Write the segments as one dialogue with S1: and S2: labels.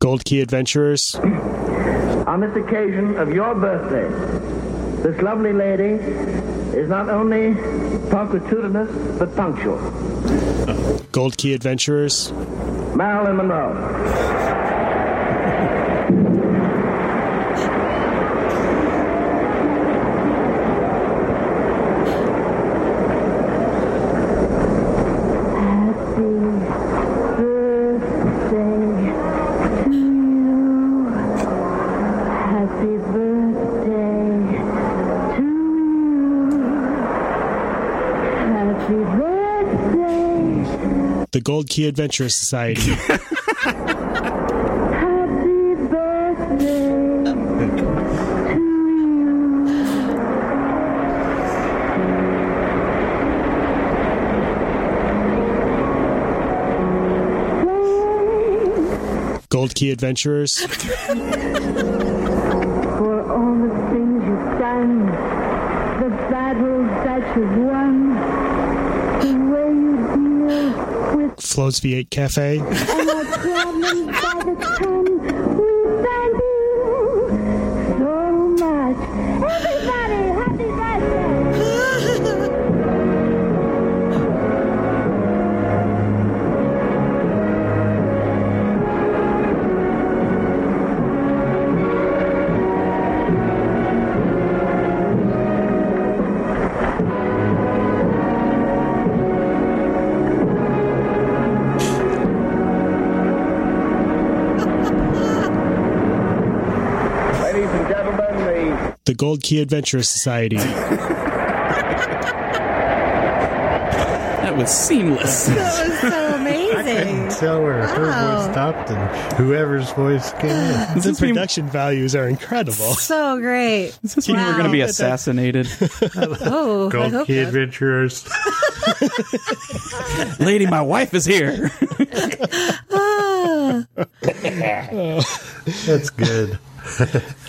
S1: Gold Key Adventurers.
S2: On this occasion of your birthday, this lovely lady is not only punctilious but punctual.
S1: Gold Key Adventurers.
S2: Marilyn Monroe.
S3: Happy birthday to you. Happy birthday.
S1: The Gold Key Adventurers Society.
S3: Happy birthday to you.
S1: Gold Key Adventurers.
S3: for all the things you've done, the battles that you've won, the way you deal with
S1: Flo's V8 Cafe.
S3: all our problems by the time we thank you so much. Everybody, happy birthday!
S2: Ladies and gentlemen, the
S1: The Gold Key Adventurers Society.
S4: That was seamless.
S5: That was so amazing.
S6: Tell her her
S5: Wow.
S6: voice stopped and whoever's voice came in.
S1: The
S4: this mean-
S1: production values are incredible.
S5: So great.
S4: Does this mean
S5: Wow.
S4: we're going to be assassinated?
S5: Oh, I
S6: Gold
S5: hope
S6: Key
S5: not.
S6: Adventurers.
S4: Lady, my wife is here.
S5: Ah,
S6: That's good.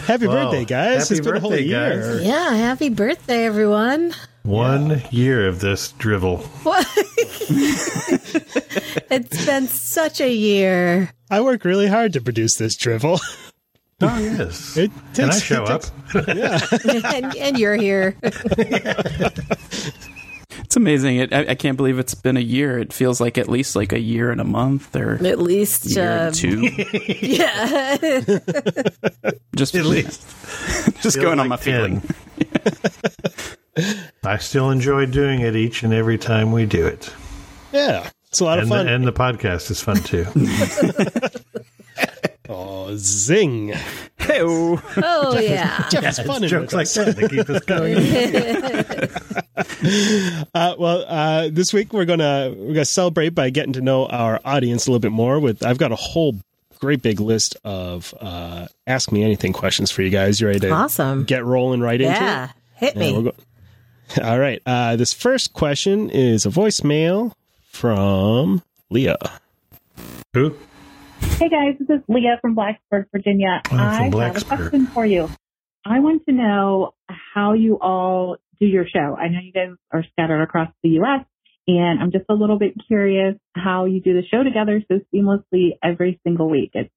S1: Happy
S6: Wow.
S1: birthday, guys.
S6: Happy
S1: it's been a whole
S6: birthday,
S1: year.
S5: yeah, happy birthday, everyone.
S6: One year of this drivel.
S5: What? it's been such a year.
S1: I work really hard to produce this drivel.
S6: Oh yes.
S1: It
S6: and I
S1: takes-
S6: show
S1: it
S6: up.
S1: takes-
S5: and, and you're here.
S4: It's amazing. It, I, I can't believe it's been a year. It feels like at least like a year and a month or
S5: At least
S4: year
S5: uh,
S4: and two.
S5: Yeah.
S4: Just
S6: At least.
S4: just
S6: Feels
S4: going on my
S6: like
S4: feeling.
S6: 10. I still enjoy doing it each and every time we do it.
S1: Yeah. It's a lot of
S6: And the,
S1: fun.
S6: and the podcast is fun too.
S1: oh, zing.
S4: Hey,
S5: Oh, yeah.
S1: Jeff is fun in
S6: Jokes
S1: it.
S6: like that they keep us going.
S1: Uh, well, uh, this week we're gonna we're gonna celebrate by getting to know our audience a little bit more. With I've got a whole great big list of uh, ask me anything questions for you guys. You ready to
S5: Awesome.
S1: get rolling right into it?
S5: Yeah. Hit
S1: Yeah,
S5: me.
S1: we'll go- All right. Uh, this first question is a voicemail from Leah.
S6: Who?
S7: Hey guys, this is Leah from Blacksburg, Virginia.
S6: Oh, from
S7: I have a
S6: Blacksburg.
S7: question for you. I want to know how you all do your show. I know you guys are scattered across the U.S., and I'm just a little bit curious how you do the show together so seamlessly every single week. It's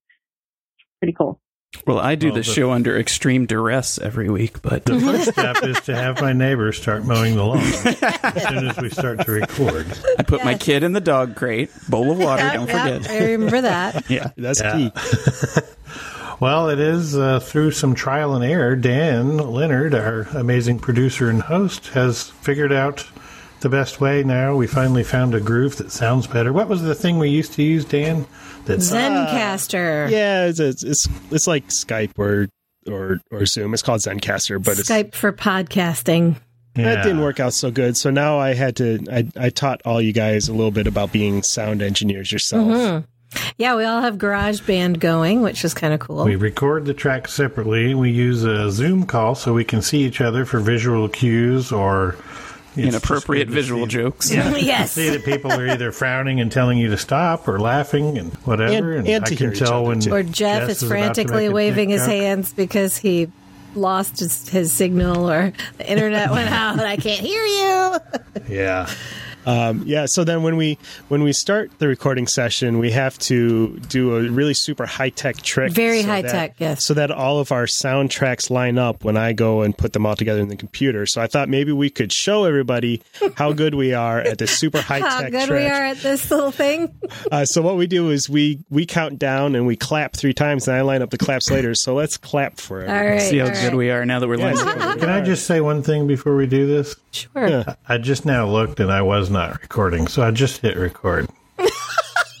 S7: pretty cool.
S4: well, I do
S6: Well,
S4: the
S6: the-
S4: show under extreme duress every week, but
S6: The first step is to have my neighbor start mowing the lawn as soon as we start to record.
S4: I put my kid in the dog crate, bowl of water.
S5: Yeah,
S4: don't
S5: yeah,
S4: forget.
S5: I remember that.
S1: That's
S6: Yeah.
S1: key.
S6: Well, it is uh, through some trial and error. Dan Leonard, our amazing producer and host, has figured out the best way now. We finally found a groove that sounds better. What was the thing we used to use, Dan? That's
S5: Zencaster.
S1: Yeah, it's, it's it's it's like Skype or or or Zoom. It's called Zencaster, but it's
S5: Skype for podcasting.
S1: That didn't work out so good. So now I had to. I, I taught all you guys a little bit about being sound engineers yourself.
S5: Mm-hmm. Yeah, we all have GarageBand going, which is kind of cool.
S6: We record the track separately. We use a Zoom call so we can see each other for visual cues or it's
S4: Inappropriate
S6: just good to
S4: visual
S6: see-
S4: jokes.
S5: yes.
S6: See that people are either frowning and telling you to stop, or laughing and whatever.
S1: And- and
S6: I
S1: to
S6: can
S1: hear each
S6: tell
S1: other,
S6: when
S1: too.
S5: Or Jeff
S6: Jess
S5: is
S6: about to make
S5: frantically
S6: a
S5: waving his
S6: TikTok.
S5: hands because he lost his, his signal or the internet went out and I can't hear you.
S6: Yeah.
S1: Um, yeah. So then when we when we start the recording session, we have to do a really super high tech trick.
S5: Very
S1: so
S5: high
S1: that-
S5: tech, yes.
S1: So that all of our soundtracks line up when I go and put them all together in the computer. So I thought maybe we could show everybody how good we are at this super high
S5: How
S1: tech
S5: good
S1: trick.
S5: we are at this little thing.
S1: Uh, so what we do is we we count down and we clap three times, and I line up the claps later. So let's clap for
S5: All
S1: everybody.
S5: right.
S4: See how
S5: all
S4: good
S5: right.
S4: we are now that we're
S1: Yeah,
S4: learning.
S1: so-
S6: Can I just say one thing before we do this?
S5: Sure.
S1: Yeah.
S6: I just now looked and I was not recording, so I just hit record.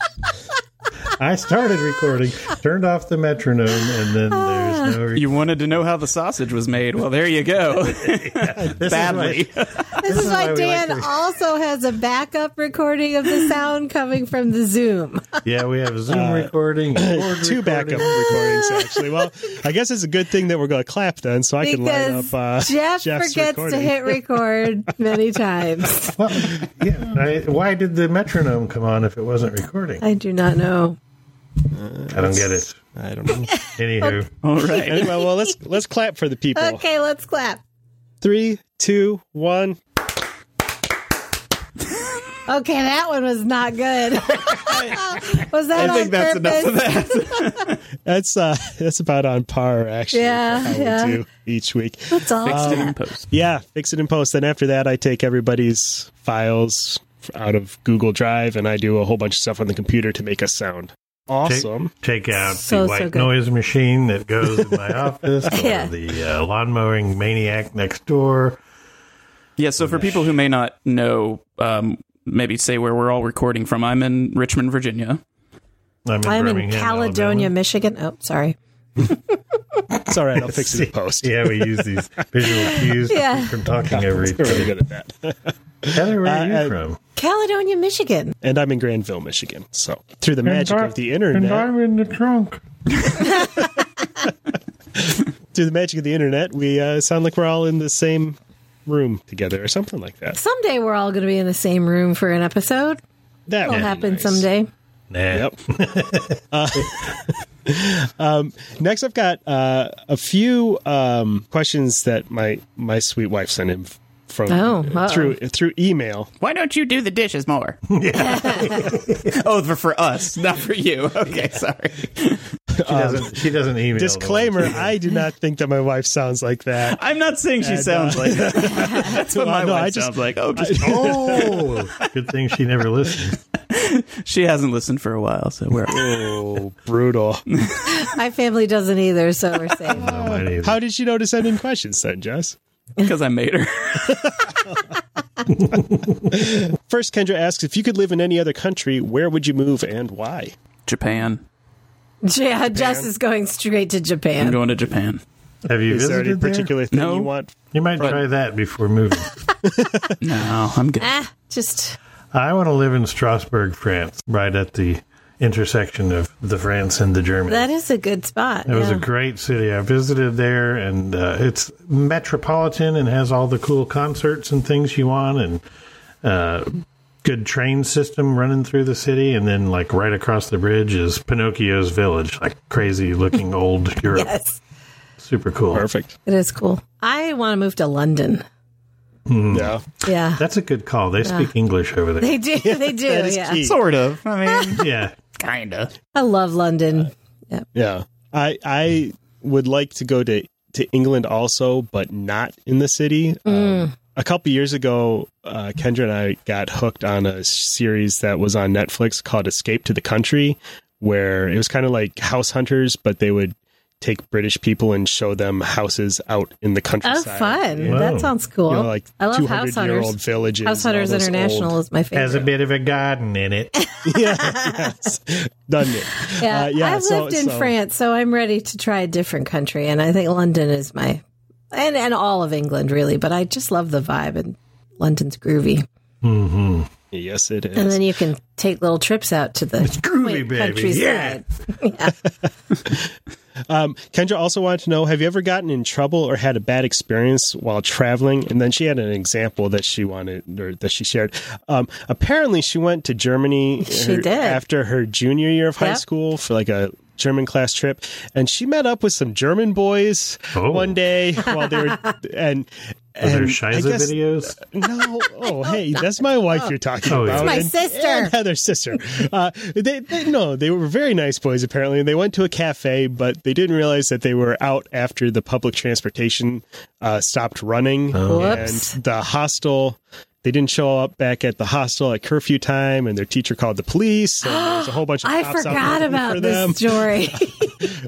S6: I started recording, turned off the metronome, and then there's
S1: Ah,
S6: no. Re-
S4: You wanted to know how the sausage was made. Well, there you go.
S6: This is
S4: Badly.
S6: why-
S5: This, is why,
S6: why we
S5: Dan
S6: like to-
S5: also has a backup recording of the sound coming from the Zoom.
S6: yeah, we have Zoom recording, board
S1: Uh, Two
S6: recording.
S1: backup recordings, actually. Well, I guess it's a good thing that we're going to clap then, so I can line up
S5: because
S1: uh,
S5: Jeff
S1: Jeff's
S5: forgets
S1: recording.
S5: to hit record many times.
S6: Yeah, I, why did the metronome come on if it wasn't recording?
S5: I do not know.
S6: I don't get it.
S1: I don't know.
S6: Anywho,
S4: All right.
S1: anyway, well, let's let's clap for the people.
S5: Okay, let's clap.
S1: Three, two, one.
S5: Okay, that one was not good. was that
S4: I think
S5: on
S4: that's
S5: purpose?
S4: enough of that.
S1: That's uh, that's about on par actually. for
S5: Yeah,
S1: how
S5: yeah.
S1: we do each week.
S5: That's all.
S4: Fixed it in post.
S1: Yeah, fix it in post. Then after that, I take everybody's files out of Google Drive and I do a whole bunch of stuff on the computer to make us sound
S6: take,
S1: awesome.
S6: take out
S5: So, so
S6: the white
S5: good.
S6: noise machine that goes in my office, or
S5: Yeah.
S6: the uh, lawn mowing maniac next door.
S4: Yeah. So for people who may not know, um, maybe say where we're all recording from. I'm in Richmond, Virginia.
S6: I'm in,
S5: I'm in
S6: Birmingham,
S5: Caledonia,
S6: Alabama.
S5: Michigan. Oh, sorry.
S1: It's all right. I'll fix it in post.
S6: Yeah, we use these visual cues
S5: Yeah.
S6: from talking
S1: We're
S6: over each
S1: really
S6: other.
S1: good at that.
S6: Heather, where are you
S1: Uh, uh,
S6: from?
S5: Caledonia, Michigan.
S1: And I'm in Granville, Michigan. So through the magic of the
S6: And
S1: internet,
S6: I'm in the trunk.
S1: through the magic of the internet, we uh, sound like we're all in the same room together or something like that.
S5: Someday we're all going to be in the same room for an episode.
S1: That
S5: It'll
S1: would be
S5: happen
S1: nice.
S5: someday.
S6: Nah.
S1: Yep. Uh, um, next, I've got uh, a few um, questions that my my sweet wife sent in f- from
S5: Oh, uh-oh.
S1: through through email.
S4: Why don't you do the dishes more? oh, for, for us, not for you. Okay, sorry.
S6: She doesn't. She doesn't email. them.
S1: Um, Disclaimer: I do not think that my wife sounds like that.
S4: I'm not saying she
S1: And, uh,
S4: sounds like that. That's what
S1: Well,
S4: my
S1: no,
S4: wife
S1: I just-
S4: sounds like. Oh, just,
S6: Oh, good thing she never listened.
S4: she hasn't listened for a while, so we're.
S1: Oh, brutal!
S5: My family doesn't either, so we're safe.
S6: No, mine either.
S1: How did she know to send in questions then, Jess?
S4: Because I made her.
S1: First, Kendra asks if you could live in any other country, where would you move and why?
S4: Japan.
S5: yeah, uh, Jess is going straight to
S4: I'm
S5: Japan.
S4: going to Japan.
S6: Have you
S1: Is there any
S6: visited there?
S1: particular thing
S4: No.
S1: you want?
S6: You might try that before moving.
S4: No, Oh, I'm good.
S5: Ah, just
S6: I want to live in Strasbourg, France, right at the intersection of the France and the Germany.
S5: that is a good spot.
S6: It was
S5: yeah.
S6: a great city. I visited there, and uh, it's metropolitan and has all the cool concerts and things you want, and uh, good train system running through the city. And then, like right across the bridge is Pinocchio's village, like crazy looking old Europe.
S5: yes,
S6: Super cool.
S1: Perfect.
S5: it is cool. I want to move to London.
S6: Hmm.
S1: Yeah,
S5: Yeah,
S6: That's a good call. They speak English over there.
S5: they do. they do.
S1: that is
S5: yeah,
S1: key.
S4: Sort of. I mean,
S6: yeah,
S4: kind of.
S5: I love London.
S1: Yeah. I I would like to go to to England also, but not in the city.
S5: Mm.
S1: Um, a couple years ago, uh, Kendra and I got hooked on a series that was on Netflix called Escape to the Country, where it was kind of like House Hunters, but they would take British people and show them houses out in the
S5: Oh,
S1: countryside.
S5: fun!
S6: Wow.
S5: That sounds cool.
S1: You know, like
S5: I love House
S1: 200 year
S5: Hunters.
S1: old villages.
S5: House
S1: and all
S5: Hunters
S1: those
S5: International
S1: old-
S5: is my
S6: has a
S5: favorite.
S6: bit of a garden in it.
S1: yeah, yes. Done it.
S5: yeah.
S1: Uh, yeah,
S5: I've
S1: so-
S5: lived in
S1: so-
S5: France, so I'm ready to try a different country, and I think London is my and and all of England really. But I just love the vibe, and London's groovy.
S6: hmm
S1: Yes, it is.
S5: And then you can take little trips out to the
S6: Groovy, baby. Yeah.
S5: countryside. Yeah.
S1: Um, Kendra also wanted to know Have you ever gotten in trouble or had a bad experience while traveling? And then she had an example that she wanted or that she shared. Um, apparently, she went to Germany
S5: She did.
S1: after her junior year of high
S5: Yep.
S1: school for like a German class trip. And she met up with some German boys
S6: Oh.
S1: one day while they were, and
S6: Are there
S1: And I
S6: Shiza
S1: guess-
S6: videos?
S1: No. Oh, hey, that's my wife you're talking
S6: Oh, yeah.
S1: about.
S5: That's my
S1: and-
S5: sister.
S1: and Heather's sister. Uh, they, they, no, they were very nice boys, apparently. And they went to a cafe, but they didn't realize that they were out after the public transportation uh, stopped running.
S6: Oh.
S5: Whoops.
S1: And the hostel, they didn't show up back at the hostel at curfew time, and their teacher called the police. And there was a whole bunch of
S5: I
S1: cops out
S5: forgot
S1: looking
S5: about
S1: for
S5: this
S1: them.
S5: story.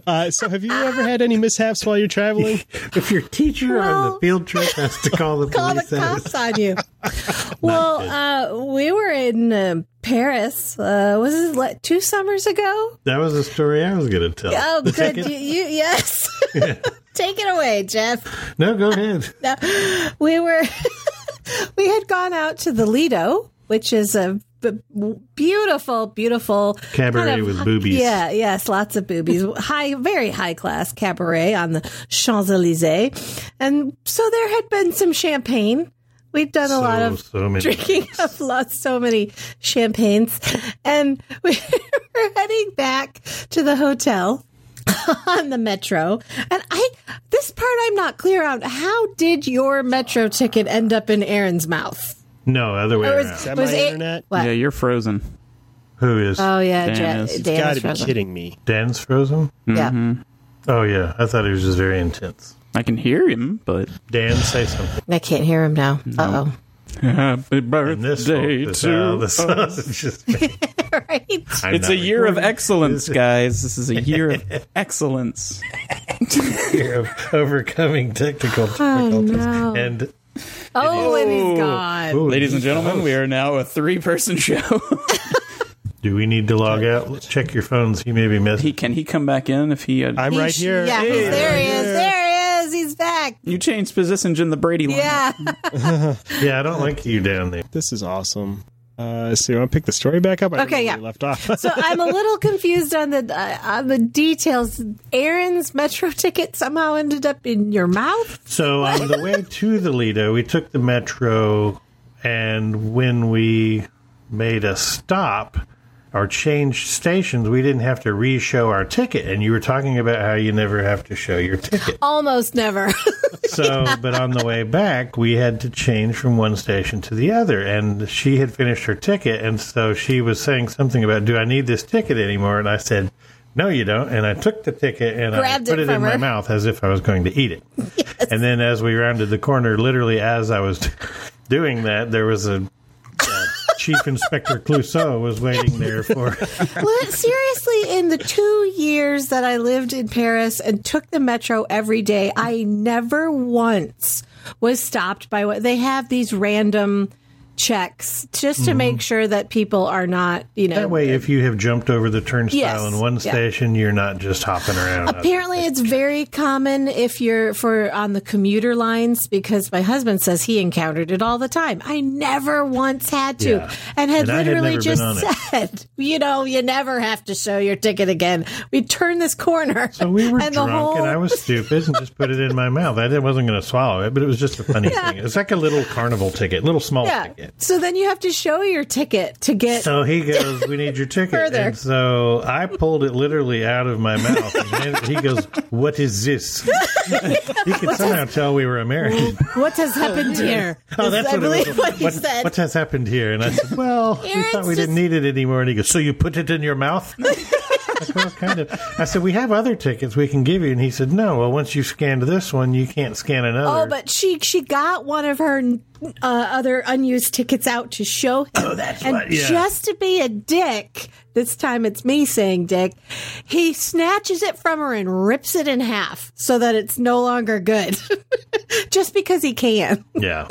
S1: Uh, so, have you ever had any mishaps while you're traveling?
S6: If your teacher on
S5: Well-
S6: the field trip has to call the
S5: Call the
S6: police, that is-
S5: cops on you. well, uh, we were in uh, Paris. Uh, was this like, two summers ago?
S6: that was the story I was going to tell.
S5: Oh,
S6: The
S5: good.
S6: second-
S5: You, you, yes. Take it away, Jeff.
S6: no, go ahead.
S5: we were we had gone out to the Lido, which is a b- beautiful, beautiful
S6: Cabaret with boobies.
S5: Yeah, yes, lots of boobies. high, very high class cabaret on the Champs Elysees, and so there had been some champagne. We've done a lot of
S6: so many.
S5: drinking up lost so many champagnes and we were heading back to the hotel on the metro and i this part i'm not clear on how did your metro ticket end up in aaron's mouth
S6: No, other way
S5: Or was-
S6: around.
S1: Is that
S5: Was
S1: my
S5: it-
S1: internet?
S5: What?
S4: Yeah, you're frozen.
S6: Who is
S5: oh yeah
S4: Dan
S5: Ja-
S4: is- It's
S1: You
S5: Dan
S1: gotta
S5: is
S1: be
S5: frozen.
S1: kidding Mm-hmm. me.
S6: Dan's frozen?
S5: yeah
S6: Oh yeah, I thought he was just very intense.
S4: I can hear him, but
S6: Dan, say something.
S5: i can't hear him now uh-oh
S4: happy
S6: And this
S4: birthday
S6: folk is how
S4: to
S6: the sausage is made.
S5: right
S6: I'm
S4: It's
S6: not
S4: a year of
S6: recording.
S4: excellence, guys. This is a year of excellence.
S6: year of overcoming technical difficulties.
S5: Oh, no.
S6: And
S5: oh and he's gone
S6: ooh,
S4: Ladies and gentlemen, we are now a three person show.
S6: do we need to log out? Let's check your phones. He may be missing.
S4: he can he come back in if he uh,
S1: I'm
S5: He
S1: right
S5: sh-
S1: here.
S5: yeah
S4: Hey.
S5: there he is there he is he's back
S4: you changed positions in the Brady line.
S5: yeah
S6: Yeah, I don't like you down there.
S1: This is awesome. Uh, so you want to pick the story back up? I don't
S5: Okay,
S1: know
S5: yeah.
S1: where we left off.
S5: So I'm a little confused on the uh, on the details. Aaron's metro ticket somehow ended up in your mouth.
S6: So on the way to the Lido, we took the metro, and when we made a stop or changed stations, we didn't have to re-show our ticket. And you were talking about how you never have to show your ticket.
S5: Almost never.
S6: So, but on the way back, we had to change from one station to the other, and she had finished her ticket, and so she was saying something about, "Do I need this ticket anymore?" And I said, "No, you don't." And I took the ticket and
S5: Grabbed
S6: I put
S5: it
S6: it, in
S5: from
S6: my
S5: her.
S6: mouth as if I was going to eat it. And then, as we rounded the corner, literally as I was doing that, there was a. uh, Chief Inspector Clouseau was waiting there for
S5: Well, Seriously, in the two years that I lived in Paris and took the metro every day, I never once was stopped by what they have these random checks just to make sure that people are not, you know,
S6: Mm-hmm. that way. If you have jumped over the turnstile
S5: Yes,
S6: in one
S5: yeah.
S6: station, you're not just hopping around.
S5: Apparently, it's very common if you're for on the commuter lines because my husband says he encountered it all the time. I never once had to,
S6: Yeah.
S5: and had
S6: And I had
S5: literally
S6: never been
S5: just
S6: on it.
S5: said, you know, you never have to show your ticket again. We turn this corner,
S6: So we were
S5: and the
S6: drunk,
S5: whole
S6: and I was stupid, and just put it in my mouth. I didn't- wasn't going to swallow it, but it was just a funny thing. It's like a little carnival ticket, little small
S5: yeah.
S6: ticket.
S5: So then you have to show your ticket to get.
S6: So he goes, "We need your ticket."
S5: Further.
S6: And so I pulled it literally out of my mouth. And handed- he goes, "What is this?" he could somehow tell we were American.
S5: what has happened here?
S6: Oh, that's
S5: I
S6: what
S5: believe
S6: it was.
S5: what he
S6: what,
S5: said.
S6: what has happened here? And I said, "Well, we
S5: Aaron's
S6: thought we didn't
S5: just-
S6: need it anymore." And he goes, "So you put it in your mouth?" Like, well, kind of. I said, "We have other tickets we can give you," and he said, "No. Well, once you scanned this one, you can't scan another."
S5: Oh, but she she got one of her uh, other unused tickets out to show him. Oh, that's and
S6: what- yeah.
S5: just to be a dick, this time it's me saying dick. He snatches it from her and rips it in half so that it's no longer good, just because he can.
S6: Yeah.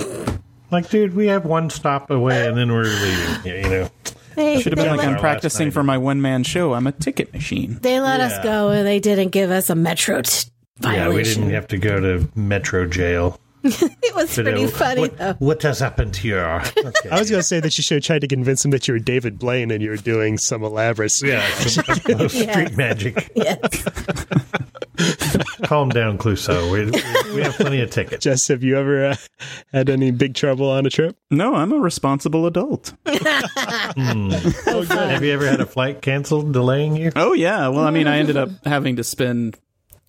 S6: Like, dude, we have one stop away and then we're leaving. Yeah, you know.
S5: They,
S4: Should have
S5: they
S4: been like
S5: let,
S4: I'm
S6: last
S4: practicing
S6: night.
S4: for my one man show. I'm a ticket machine.
S5: they let us
S6: Yeah.
S5: go, and they didn't give us a metro t-
S6: Yeah, we
S5: violation.
S6: didn't have to go to Metro Jail.
S5: it was
S6: You know,
S5: pretty funny
S6: what,
S5: though.
S6: what has happened here? Okay.
S1: I was going to say that you should have tried to convince him that you were David Blaine and you were doing some elaborate.
S6: yeah, some street magic. Calm down, Clouseau. We, we, we have plenty of tickets.
S1: Jess, have you ever uh, had any big trouble on a trip?
S4: No, I'm a responsible adult.
S6: Have you ever had a flight canceled, delaying you?
S4: Oh yeah. Well, I mean, I ended up having to spend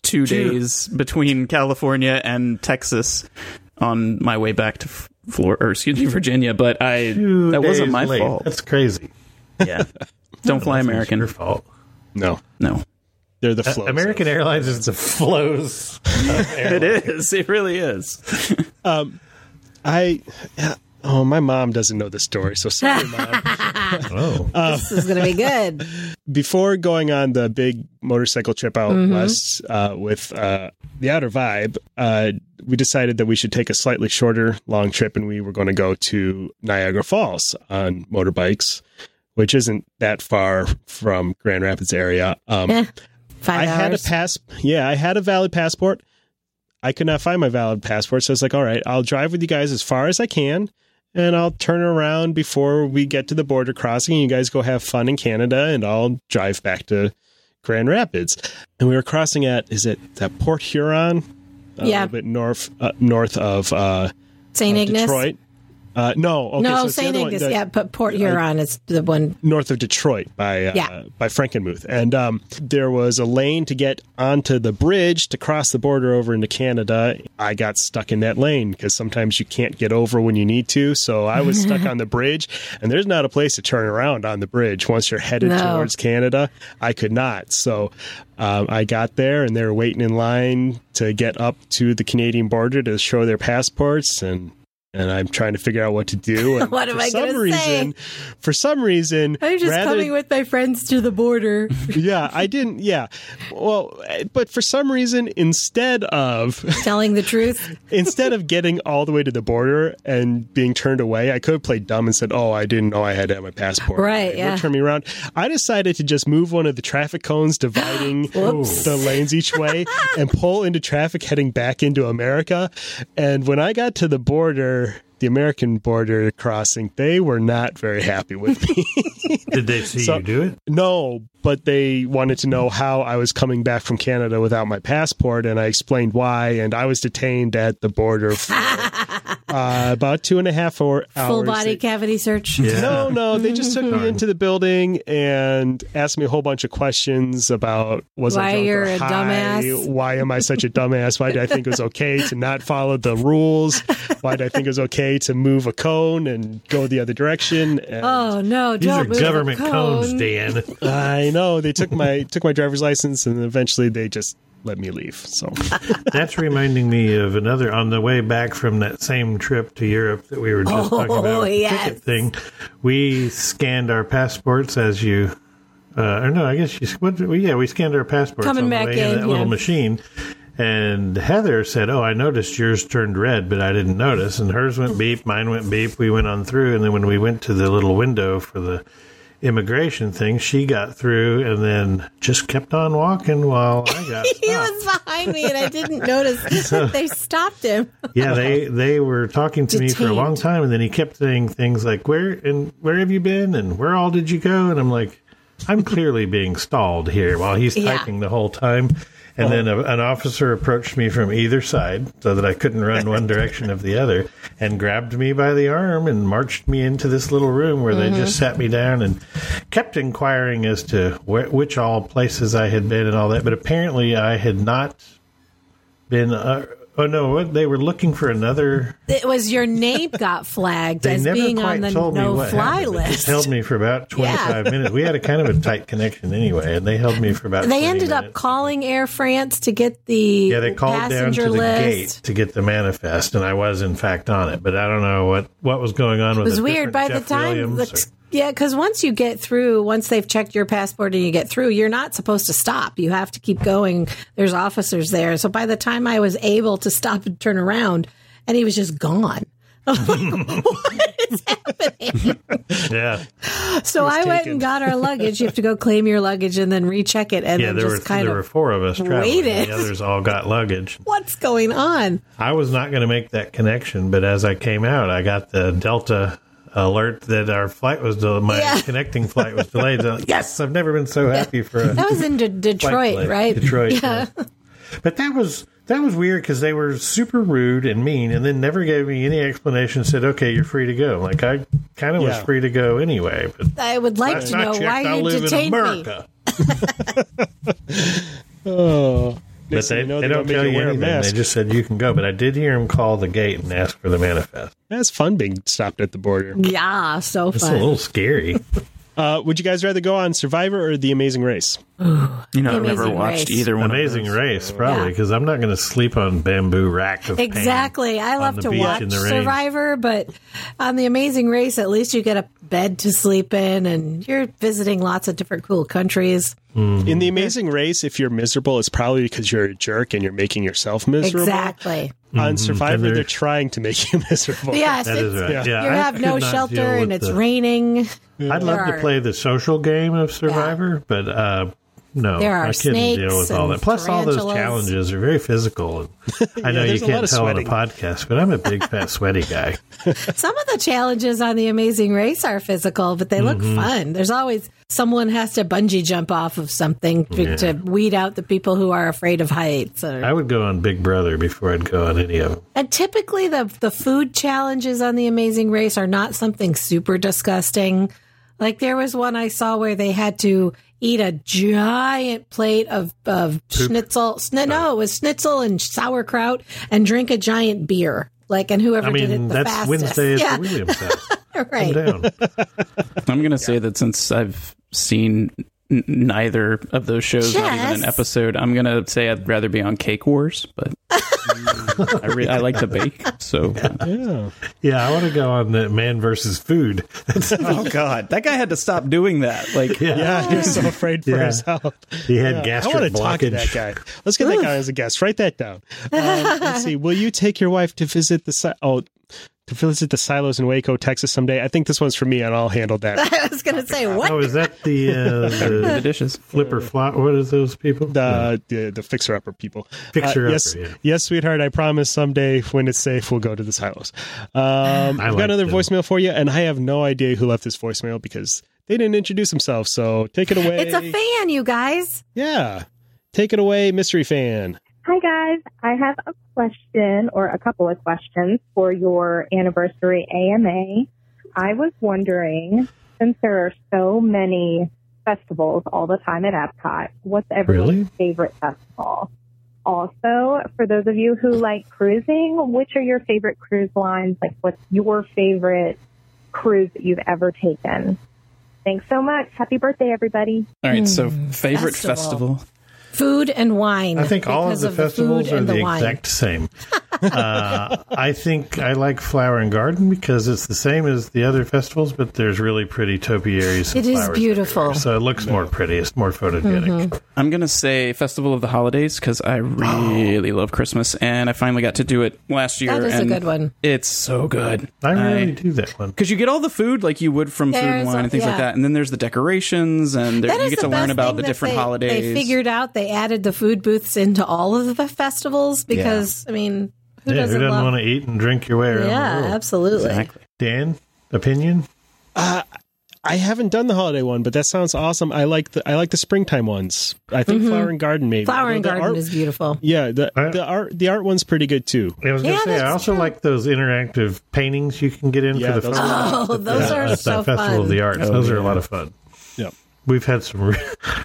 S4: two days between California and Texas on my way back to F- Florida, or excuse me, Virginia. But I
S6: Two
S4: that wasn't
S6: days
S4: my
S6: late.
S4: fault.
S6: That's crazy.
S4: yeah, don't fly
S6: That's not
S4: American.
S6: Your fault.
S1: No,
S4: No,
S1: they're
S6: Uh,
S1: the flows.
S6: American Airlines is the flows.
S4: it is. It really is.
S1: I. Oh, my mom doesn't know the story, so sorry, mom.
S6: Oh,
S5: This is going to be good.
S1: Before going on the big motorcycle trip out west uh, with uh, the Outer Vibe, uh, we decided that we should take a slightly shorter long trip, and we were going to go to Niagara Falls on motorbikes, which isn't that far from Grand Rapids area. Um,
S5: Eh, Five
S1: I
S5: hours.
S1: had a pass. Yeah, I had a valid passport. I could not find my valid passport, so I was like, "All right, I'll drive with you guys as far as I can, and I'll turn around before we get to the border crossing. And you guys go have fun in Canada, and I'll drive back to Grand Rapids." And we were crossing at is it that Port Huron? A
S5: Yeah.
S1: little bit north uh, north of uh,
S5: St. Ignace.
S1: Detroit. Uh, no, okay,
S5: no,
S1: so it's the
S5: St.
S1: other one
S5: Ignace.
S1: that-
S5: yeah, but Port Huron is the one.
S1: north of Detroit by uh,
S5: Yeah.
S1: by Frankenmuth, and um, there was a lane to get onto the bridge to cross the border over into Canada. I got stuck in that lane because sometimes you can't get over when you need to, so I was stuck on the bridge, and there's not a place to turn around on the bridge once you're headed
S5: No.
S1: towards Canada. I could not, so. Um, I got there and they were waiting in line to get up to the Canadian border to show their passports and and I'm trying to figure out what to do. And
S5: What am
S1: for
S5: I
S1: some
S5: gonna
S1: reason, for some reason,
S5: I'm just
S1: rather-
S5: coming with my friends to the border.
S1: yeah, I didn't. Yeah, well, eh, but for some reason, instead of
S5: telling the truth.
S1: instead of getting all the way to the border and being turned away, I could have played dumb and said, "Oh, I didn't know I had to have my passport."
S5: Right,
S1: They would
S5: yeah.
S1: Turn me around. I decided to just move one of the traffic cones dividing
S5: Whoops.
S1: the lanes each way and pull into traffic heading back into America. And when I got to the border. The American border crossing, they were not very happy with me.
S6: did they see
S1: So-
S6: you do it?
S1: No, but they wanted to know how I was coming back from Canada without my passport, and I explained why. And I was detained at the border for uh, about two and a half hour, hours.
S5: Full body
S1: They-
S5: cavity search.
S1: no, no. They just took me into the building and asked me a whole bunch of questions about was
S5: Why
S1: I drunk or
S5: you're a
S1: high?
S5: dumbass.
S1: Why am I such a dumbass? Why did I think it was okay to not follow the rules? Why did I think it was okay to move a cone and go the other direction? And
S5: Oh no!
S6: These
S5: don't
S6: are
S5: move the
S6: government
S5: cone.
S6: cones, Dan.
S1: I know they took my took my driver's license and eventually they just let me leave. So
S6: That's reminding me of another on the way back from that same trip to Europe that we were just talking about. with the
S5: Oh, yes.
S6: ticket thing. We scanned our passports as you, uh, or no, I guess you, what, well, yeah, we scanned our passports
S5: Coming
S6: on the
S5: back
S6: way in,
S5: in,
S6: that little
S5: yeah.
S6: machine. And Heather said, "Oh, I noticed yours turned red, but I didn't notice." And hers went beep, mine went beep. We went on through, and then when we went to the little window for the immigration thing, she got through, and then just kept on walking while I got.
S5: He
S6: stopped.
S5: was behind me, and I didn't notice that they stopped him.
S6: Yeah, they they were talking to me for a
S5: Detained.
S6: long time, and then he kept saying things like "Where and where have you been? And where all did you go?" And I'm like, "I'm clearly being stalled here." While he's
S5: Yeah.
S6: typing the whole time, and then a, an officer approached me from either side so that I couldn't run one direction of the other, and grabbed me by the arm and marched me into this little room where they just sat me down and kept inquiring as to where, which all places I had been and all that. But apparently, I had not been. Uh, oh no! What they were looking for another.
S5: It was your name got flagged
S6: They
S5: as
S6: never
S5: being
S6: quite
S5: on the
S6: told me
S5: no
S6: what
S5: fly
S6: happened. They just
S5: list.
S6: held me for about twenty five minutes. We had a kind of a tight connection anyway, and they held me for about.
S5: They
S6: 20
S5: ended up
S6: minutes.
S5: calling Air France to get the
S6: Yeah, they called down
S5: passenger
S6: to the gate
S5: list.
S6: to get the manifest, and I was in fact on it, but I don't know what what was going on with
S5: It was weird. By the time, the, yeah, because once you get through, once they've checked your passport and you get through, you're not supposed to stop. You have to keep going. There's officers there. So by the time I was able to stop and turn around, and he was just gone. I'm like, what is happening?
S6: yeah,
S5: So I went and
S1: taken.
S5: got our luggage. You have to go claim your luggage and then recheck it, and
S6: yeah,
S5: then
S6: there
S5: just
S6: were
S5: kind
S6: there were
S5: of
S6: four of us traveling.
S5: waited.
S6: The others all got luggage.
S5: what's going on?
S6: I was not going to make that connection, but as I came out, I got the Delta alert that our flight was del- my
S5: Yeah.
S6: connecting flight was delayed. So, yes, I've never been so happy for a
S5: That was in De- Detroit,
S6: Detroit,
S5: right?
S6: Detroit.
S5: Yeah.
S6: yeah. But that was that was weird because they were super rude and mean, and then never gave me any explanation. Said, "Okay, you're free to go." Like I kind of was
S1: Yeah.
S6: free to go anyway. But
S5: I would like
S6: last
S5: to
S6: I
S5: know
S6: checked,
S5: why
S6: I
S5: you
S6: live in
S5: detained me.
S6: America. Uh, But
S1: next thing
S6: they,
S1: you know,
S6: they don't
S1: gonna
S6: tell
S1: make
S6: you
S1: wear a
S6: anything. They
S1: mask.
S6: just said you can go. But I did hear him call the gate and ask for the manifest.
S1: That's fun being stopped at the border.
S6: Mm.
S5: Yeah, so
S6: It's a
S5: fun.
S6: little scary.
S1: Uh, would you guys rather go on Survivor or The Amazing Race?
S4: You know, I've
S5: Amazing
S4: never watched
S5: Race.
S4: either one.
S6: Amazing
S4: of
S6: race, probably, because I'm not going to sleep on bamboo rack of pain.
S5: Exactly. I
S6: on
S5: love
S6: the
S5: to
S6: beach
S5: watch
S6: in the rain.
S5: Survivor, but on the Amazing Race, at least you get a bed to sleep in, and you're visiting lots of different cool countries.
S6: Mm-hmm.
S1: In The Amazing Race, if you're miserable, it's probably because you're a jerk and you're making yourself miserable.
S5: Exactly.
S1: On Survivor,
S6: Mm-hmm. they're-
S1: they're trying to make you miserable.
S5: Yes.
S6: That is
S5: it's-
S6: right. Yeah,
S5: You
S6: I
S5: have
S6: could
S5: no
S6: not
S5: shelter,
S6: deal with
S5: and it's
S6: the-
S5: raining.
S6: I'd love
S5: There
S6: to
S5: are-
S6: play the social game of Survivor, but uh, no,
S5: There are
S6: I couldn't deal
S5: snakes
S6: with all
S5: and
S6: that. Plus, all those
S5: tarantulas.
S6: challenges are very physical. And I know you
S1: there's a lot
S6: can't
S1: of
S6: tell
S1: sweating.
S6: on a podcast, but I'm a big fat sweaty guy.
S5: Some of the challenges on the Amazing Race are physical, but they look
S6: Mm-hmm.
S5: fun. There's always someone has to bungee jump off of something to, to weed out the people who are afraid of heights. Or,
S6: I would go on Big Brother before I'd go on any of them.
S5: And typically, the the food challenges on the Amazing Race are not something super disgusting. Like there was one I saw where they had to eat a giant plate of of schnitzel. Schni- no, it was schnitzel and sauerkraut, and drink a giant beer. Like and whoever
S6: I
S5: did
S6: mean,
S5: it the
S6: that's
S5: fastest.
S6: Wednesday at
S5: yeah,
S6: the Williams house. I'm
S5: right.
S6: down.
S4: those. I'm going to say that since I've seen n- neither of those shows, not even an
S5: Yes.
S4: episode, I'm going to say I'd rather be on Cake Wars, but I, re- I like to bake. So uh,
S1: Yeah.
S6: Yeah, I want to go on the man versus food.
S4: oh god, that guy had to stop doing that. Like
S1: Yeah, he was so afraid for
S6: Yeah.
S1: his health.
S6: He had
S1: Yeah. I
S6: gastric
S1: want to talk to
S6: blockage.
S1: that guy. Let's get that guy as a guest. Write that down. Um, let's see. Will you take your wife to visit the si- oh to visit the silos in Waco, Texas someday? I was going to for me, and I'll handle that.
S5: I was gonna say what?
S6: Oh, is that the, uh,
S4: the
S6: the
S4: dishes.
S6: flipper flop? What is those people?
S1: The the, the fixer upper people. Uh,
S6: Fixer-upper,
S1: yes,
S6: yeah.
S1: yes, sweetheart. I promise someday when it's safe, we'll go to the silos. Um, I've
S6: like
S1: got another
S6: them.
S1: voicemail for you, and I have no idea who left this voicemail because they didn't introduce themselves. So take it away.
S5: It's a fan, you guys.
S1: yeah, take it away, mystery fan.
S8: Hi guys, I have a question or a couple of questions for your anniversary AMA. I was wondering, since there are so many festivals all the time at Epcot, what's everyone's
S6: Really?
S8: favorite festival? Also, for those of you who like cruising, which are your favorite cruise lines? Like, what's your favorite cruise that you've ever taken? Thanks so much. Happy birthday, everybody.
S4: All right, so favorite
S5: Hmm. festival.
S4: festival.
S5: Food and wine.
S6: I think all of
S5: because
S6: the festivals
S5: food
S6: are
S5: and
S6: the,
S5: wine.
S6: exact same. uh, I think I like Flower and Garden because it's the same as the other festivals, but there's really pretty topiaries. And
S5: It is
S6: flowers
S5: beautiful. Mm-hmm.
S6: everywhere. so it looks more pretty. It's more photogenic.
S4: I'm gonna say Festival of the Holidays because I really love Christmas, and I finally got to do it last year.
S5: is a
S4: and
S5: good one.
S4: It's so good.
S6: I really do that one.
S4: because you get all the food like you would from food
S5: There's
S4: and wine
S5: a-
S4: and things
S5: yeah.
S4: like that, and then there's the decorations, and
S5: That
S4: there, you
S5: is
S4: get
S5: the
S4: to learn
S5: best
S4: about
S5: thing
S4: the
S5: that
S4: different
S5: they-
S4: holidays.
S5: They figured out they added the food booths into all of the festivals because I mean, who
S6: yeah,
S5: doesn't,
S6: who doesn't
S5: love?
S6: want to eat and drink your way around
S5: yeah,
S6: the world?
S5: absolutely.
S4: Exactly.
S6: Dan, opinion?
S1: I haven't done the holiday one, but that sounds awesome. I like the I like the springtime ones. I think flower and garden maybe.
S5: Mm-hmm. Flower and
S1: Although the
S5: garden
S1: art-
S5: is beautiful.
S1: Yeah, the,
S6: I-
S1: the art the art one's pretty good too.
S6: I was going
S5: Yeah,
S6: to say, I
S5: that's
S6: also
S5: true.
S6: like those interactive paintings you can get in
S1: Yeah,
S6: for the
S1: those
S6: photo.
S1: are- Oh,
S5: Oh, those
S6: Yeah,
S5: are
S6: at
S5: so
S6: the Festival of
S5: fun.
S6: the Arts. those are a lot of fun.
S1: Yeah.
S6: We've had some re-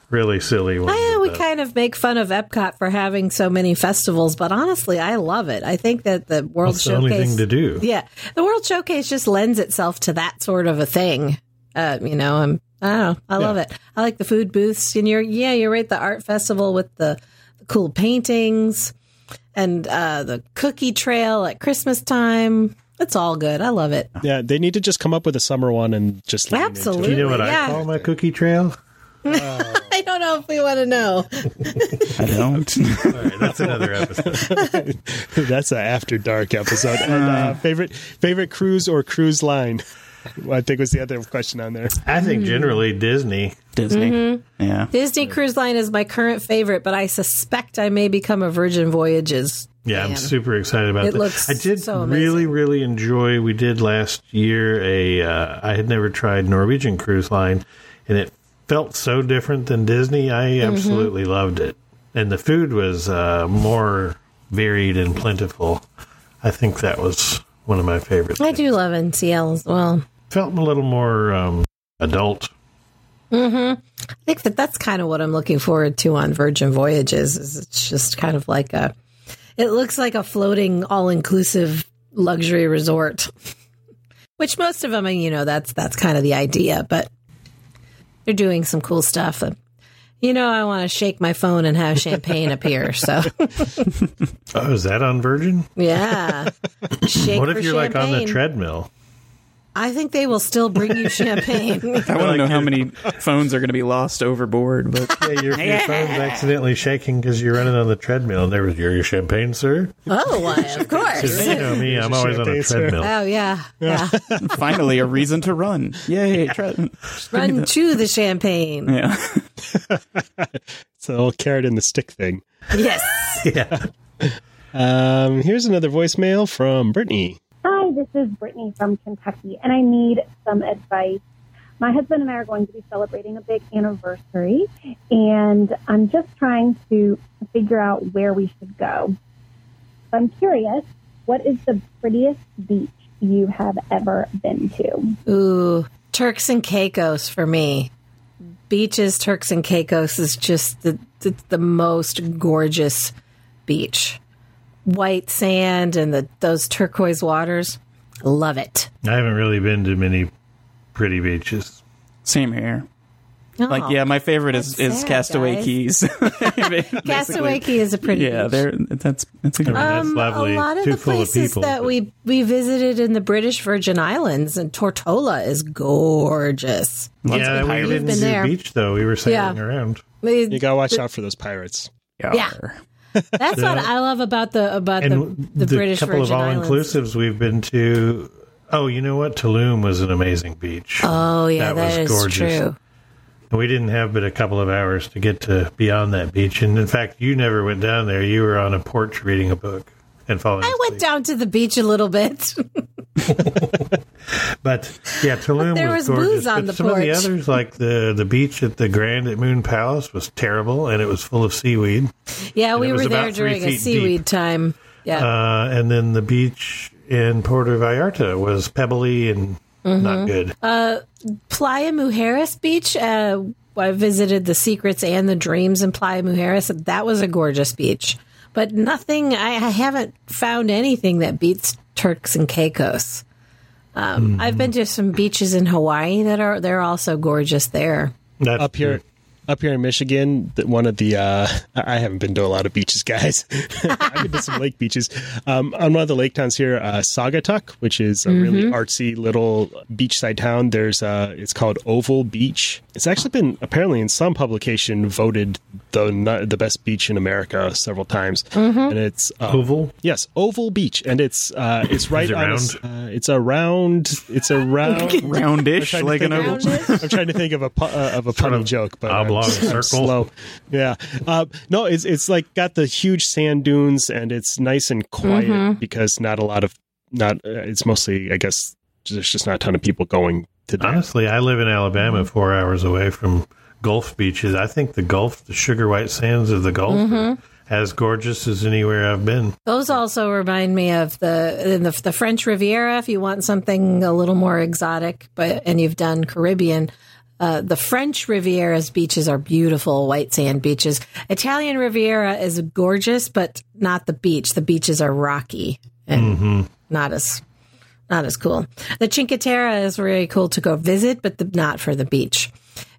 S6: really silly ones.
S5: I, uh,
S6: at
S5: Oh, we
S6: that.
S5: kind of make fun of Epcot for having so many festivals, but honestly, I love it. I think that the World
S6: That's the
S5: Showcase
S6: only thing to do.
S5: Yeah, the World Showcase just lends itself to that sort of a thing. Uh, you know, I'm, I don't know. I love it. I like the food booths, and you're yeah, you're right. The art festival with the, the cool paintings and uh, the cookie trail at Christmas time. It's all good. I love it.
S1: Yeah, they need to just come up with a summer one and just lean into it.
S5: Absolutely.
S6: Do you know what
S5: yeah.
S6: I call my cookie trail?
S5: I don't know if we want to know.
S4: I don't.
S6: All right, that's another episode.
S1: That's an after dark episode. And, uh, favorite favorite cruise or cruise line? I think was the other question on there.
S6: I think generally Disney.
S4: Disney.
S5: Mm-hmm.
S4: Yeah.
S5: Disney Cruise Line is my current favorite, but I suspect I may become a Virgin Voyages.
S6: Yeah, I'm
S5: fan.
S6: super excited about
S5: It
S6: that.
S5: looks
S6: I did
S5: so amazing.
S6: really, really enjoy. We did last year a. Uh, I had never tried Norwegian Cruise Line, and it felt so different than Disney. I
S5: Mm-hmm.
S6: absolutely loved it, and the food was uh, more varied and plentiful. I think that was one of my favorites.
S5: I do love NCL as well.
S6: felt a little more um, adult.
S5: Mm-hmm. I think that that's kind of what I'm looking forward to on Virgin Voyages. Is it's just kind of like a, it looks like a floating all inclusive luxury resort, which most of them, you know, that's that's kind of the idea. But they're doing some cool stuff. And, you know, I want to shake my phone and have champagne appear. So
S6: Oh, is that on Virgin?
S5: yeah, shake
S6: what if
S5: for
S6: you're like on the
S5: champagne.
S6: treadmill?
S5: I think they will still bring you champagne.
S4: I want to know how many phones are going to be lost overboard, but
S6: Yeah, your, your phone's accidentally shaking because you're running on the treadmill. And there was your, your champagne, sir.
S5: oh, why, of course.
S6: 'Cause you know me, I'm always on a
S1: champagne, sir.
S6: treadmill.
S5: Oh yeah, yeah.
S4: finally a reason to run. Yay! Try,
S5: Run to the champagne.
S4: yeah.
S1: It's the old carrot and the stick thing.
S5: Yes.
S6: Yeah.
S1: Um, here's another voicemail from Brittany.
S3: Hi, this is Brittany from Kentucky, and I need some advice. My husband and I are going to be celebrating a big anniversary, and I'm just trying to figure out where we should go. I'm curious, what is the prettiest beach you have ever been to?
S5: Ooh, Turks and Caicos for me. Beaches, Turks and Caicos is just the, the, the most gorgeous beach. White sand and the those turquoise waters. Love it.
S6: I haven't really been to many pretty beaches.
S4: Same here. Like,
S5: Oh,
S4: yeah, my favorite is,
S5: that's
S4: is
S5: sad,
S4: Castaway
S5: guys.
S4: Keys.
S5: Castaway
S4: Basically.
S5: Key is a pretty
S4: Yeah,
S5: beach.
S4: they're that's it's a good one.
S6: That's
S5: Um,
S6: lovely.
S5: A lot of
S6: Too
S5: the
S6: full of
S5: places
S6: people,
S5: that
S6: but-
S5: we we visited in the British Virgin Islands and Tortola is gorgeous.
S6: yeah, we
S5: You've
S6: didn't
S5: been
S6: do
S5: there.
S6: beach though. We were sailing
S5: Yeah.
S6: around.
S1: You gotta watch out for those pirates.
S5: yeah. That's what I love about the about the,
S6: And
S5: the, British
S6: couple
S5: Virgin
S6: of all
S5: Islands.
S6: inclusives we've been to. Oh, you know what? Tulum was an amazing beach.
S5: Oh yeah,
S6: That
S5: that
S6: was
S5: is
S6: gorgeous.
S5: true.
S6: we didn't have but a couple of hours to get to beyond that beach. And in fact, you never went down there. You were on a porch reading a book and falling.
S5: I went down to the beach a little bit.
S6: But yeah, Tulum
S5: there was
S6: was, gorgeous.
S5: booze on
S6: but
S5: the
S6: some of the
S5: porch.
S6: others, like the the beach at the Grand at Moon Palace, was terrible, and it was full of seaweed.
S5: yeah,
S6: And
S5: we
S6: it was
S5: were there
S6: about three
S5: during a
S6: feet
S5: seaweed
S6: deep.
S5: time. Yeah,
S6: Uh, and then the beach in Puerto Vallarta was pebbly and
S5: Mm-hmm.
S6: not good.
S5: Uh, Playa Mujeres Beach. Uh, I visited the Secrets and the Dreams in Playa Mujeres. and That was a gorgeous beach, but nothing. I, I haven't found anything that beats Turks and Caicos. Um, I've been to some beaches in Hawaii that are they're also gorgeous there.
S6: That's
S1: Up here,
S6: Hmm.
S1: up here in Michigan, that one of the uh, I I haven't been to a lot of beaches, guys. I've been to some lake beaches. Um, on one of the lake towns here, uh, Sagatuck, which is a really artsy little beachside town. There's uh, it's called Oval Beach. It's actually been apparently in some publication voted the nu- the best beach in America several times, and it's uh,
S6: oval.
S1: Yes, Oval Beach, and it's uh, it's right
S6: it
S1: on. a s- uh, it's a round. It's a round.
S4: Roundish,
S1: I'm trying to
S4: like an
S1: think
S4: oval.
S1: of- I'm trying to think of a pu- uh, of a
S6: Sort
S1: punny
S6: of
S1: joke, but
S6: oblong
S1: I'm,
S6: circle.
S1: I'm slow. Yeah, uh, no, it's it's like got the huge sand dunes, and it's nice and quiet
S5: Mm-hmm.
S1: because not a lot of not. Uh, it's mostly, I guess, there's just not a ton of people going to that.
S6: Honestly, I live in Alabama, four hours away from Gulf beaches. I think the Gulf, the sugar white sands of the Gulf,
S5: Mm-hmm.
S6: are as gorgeous as anywhere I've been.
S5: Those also remind me of the, in the the French Riviera. If you want something a little more exotic, but and you've done Caribbean, uh, the French Riviera's beaches are beautiful, white sand beaches. Italian Riviera is gorgeous, but not the beach. The beaches are rocky and not as not as cool. The Cinque Terre is really cool to go visit, but the, not for the beach.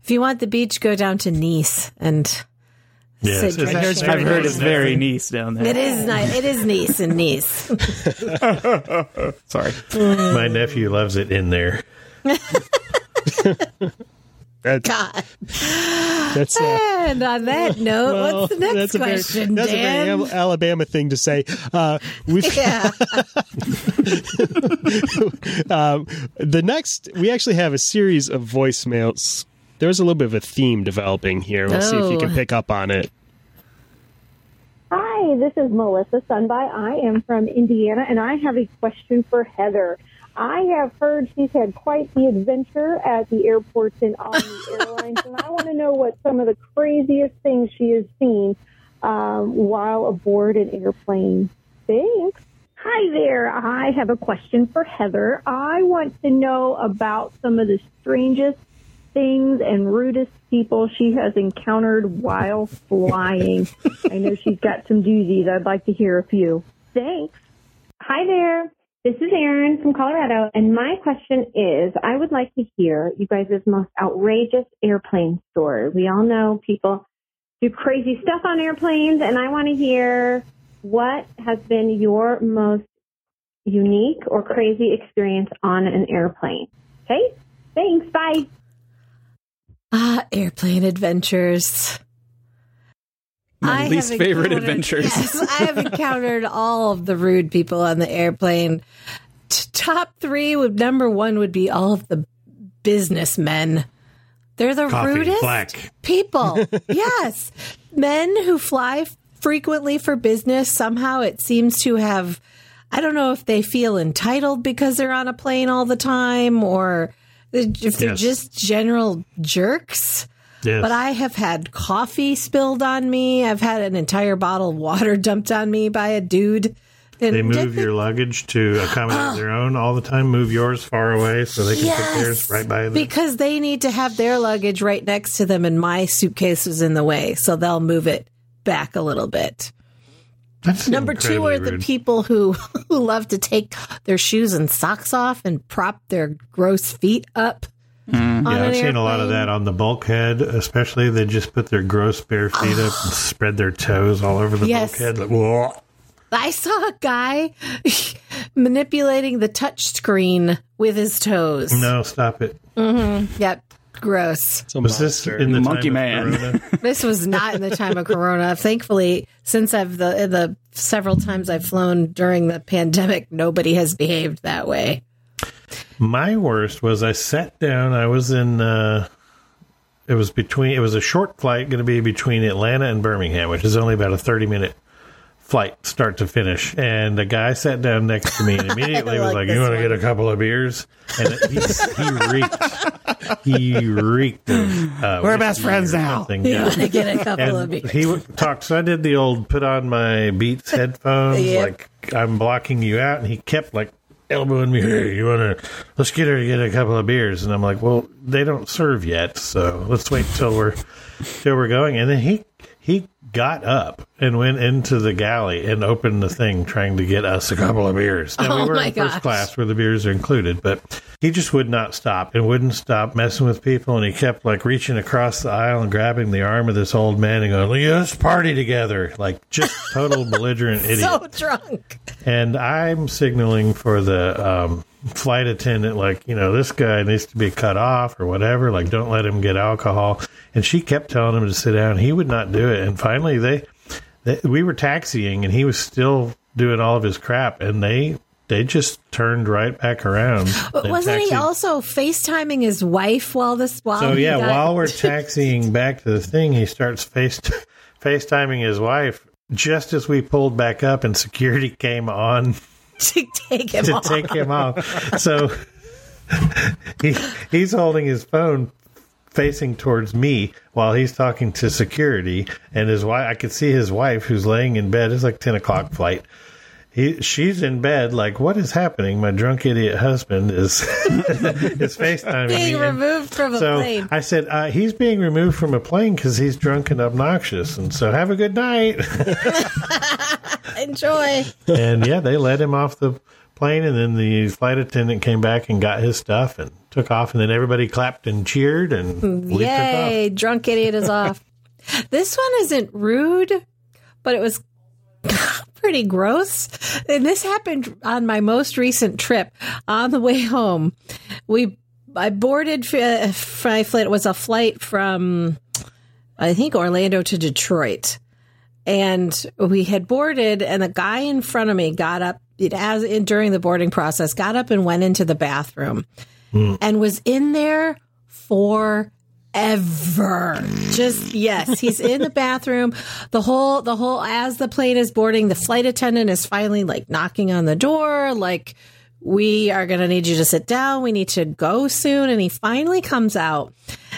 S5: If you want the beach, go down to Nice, and
S6: Yes,
S5: Sid, I've
S6: actually
S4: I've heard
S6: nice
S4: it's very
S6: there.
S4: nice down there.
S5: it is nice. It is Nice and Nice.
S4: Sorry.
S6: My nephew loves it in there.
S1: That-
S5: God.
S1: that's. Uh,
S5: And on that note,
S1: well,
S5: what's the next
S1: that's a very-
S5: question,
S1: that's
S5: Dan?
S1: a very Al- Alabama thing to say. Uh, we've
S5: yeah.
S1: um, the next, we actually have a series of voicemails. There's a little bit of a theme developing here. We'll see if you can
S5: Oh.
S1: pick up on it.
S3: Hi, this is Melissa Sunby. I am from Indiana, and I have a question for Heather. I have heard she's had quite the adventure at the airports and on the airlines, and I want to know what some of the craziest things she has seen um, while aboard an airplane. Thanks. Hi there. I have a question for Heather. I want to know about some of the strangest things and rudest people she has encountered while flying. I know she's got some doozies. I'd like to hear a few.
S9: Thanks. Hi there. This is Erin from Colorado, and my question is I would like to hear you guys' most outrageous airplane story. We all know people do crazy stuff on airplanes, and I want to hear what has been your most unique or crazy experience on an airplane. Okay? Thanks. Bye.
S5: Ah, airplane adventures.
S4: My
S5: I
S4: least
S5: have
S4: favorite
S5: encountered-
S4: adventures.
S5: Yes, I have encountered all of the rude people on the airplane. T- top three would number one would be all of the businessmen. They're the
S6: Coffee,
S5: rudest
S6: black.
S5: people. yes, men who fly frequently for business. Somehow it seems to have. I don't know if they feel entitled because they're on a plane all the time, or if they're
S6: Yes.
S5: just general jerks.
S6: Yes.
S5: But I have had coffee spilled on me. I've had an entire bottle of water dumped on me by a dude. And
S6: they
S5: did
S6: move
S5: the-
S6: your luggage to accommodate their own all the time. Move yours far away so they can put theirs right by the
S5: because they need to have their luggage right next to them, and my suitcase was in the way, so they'll move it back a little bit.
S6: That's
S5: Number two
S6: incredibly
S5: are the
S6: rude.
S5: people who who love to take their shoes and socks off and prop their gross feet up. on
S6: Yeah,
S5: an
S6: I've seen a lot of
S5: airplane.
S6: that on the bulkhead, especially. They just put their gross bare feet up and spread their toes all over the
S5: Yes.
S6: bulkhead. Like, whoa.
S5: I saw a guy manipulating the touch screen with his toes.
S6: No, stop it. Mm.
S5: Yep. Gross.
S1: It's a
S6: Was this
S1: monster.
S6: in the
S4: Monkey
S6: time
S4: man.
S6: Of Corona?
S5: This was not in the time of Corona. Thankfully, since I've the the several times I've flown during the pandemic, nobody has behaved that way.
S6: My worst was I sat down. I was in. Uh, it was between. It was a short flight, going to be between Atlanta and Birmingham, which is only about a thirty-minute flight, start to finish. And the guy sat down next to me and immediately was
S5: like
S6: like,
S5: this
S6: "You want to
S5: one.
S6: get a couple of beers?" And it, he, he reeked. He reeked. Of, uh,
S10: We're best
S6: whiskey
S10: friends
S6: or
S10: now.
S6: something.
S5: You
S6: Yeah.
S5: want to get a couple of
S6: And
S5: beers.
S6: he w- talked. So I did the old put on my Beats headphones,
S5: Yep.
S6: like I'm blocking you out, and he kept like elbowing me. Hey, you want to? Let's get her to get a couple of beers, and I'm like, well, they don't serve yet, so let's wait till we're till we're going. And then he he got up and went into the galley and opened the thing, trying to get us a couple of beers. Now,
S5: Oh,
S6: we were
S5: my
S6: in
S5: gosh.
S6: first class where the beers are included, but he just would not stop and wouldn't stop messing with people. And he kept like reaching across the aisle and grabbing the arm of this old man and going, let's party together. Like just total belligerent idiot.
S5: so drunk.
S6: And I'm signaling for the um, flight attendant, like, you know, this guy needs to be cut off or whatever. Like, don't let him get alcohol. And she kept telling him to sit down. He would not do it. And finally, they, they we were taxiing, and he was still doing all of his crap. And they they just turned right back around.
S5: But
S6: They
S5: wasn't he
S6: taxied-
S5: also FaceTiming his wife while this while
S6: so
S5: he
S6: yeah,
S5: got-
S6: while we're taxiing back to the thing, he starts face FaceTiming his wife just as we pulled back up and security came on
S5: to take him
S6: to
S5: off.
S6: take him off. So he he's holding his phone facing towards me while he's talking to security and his wife I could see his wife who's laying in bed, it's like ten o'clock flight. He, she's in bed, like, what is happening? My drunk idiot husband is is FaceTiming me.
S5: being
S6: And-
S5: removed from a
S6: so
S5: plane.
S6: I said, uh, he's being removed from a plane because he's drunk and obnoxious. And so have a good night.
S5: Enjoy.
S6: and yeah, they let him off the plane. And then the flight attendant came back and got his stuff and took off. And then everybody clapped and cheered. And we took off.
S5: Yay, drunk idiot is off. this one isn't rude, but it was pretty gross. And this happened on my most recent trip on the way home. We I boarded uh, my flight. It was a flight from I think Orlando to Detroit. And we had boarded and the guy in front of me got up it as in, during the boarding process got up and went into the bathroom and was in there for ever just yes he's in the bathroom the whole the whole as the plane is boarding the flight attendant is finally like knocking on the door like we are going to need you to sit down we need to go soon and he finally comes out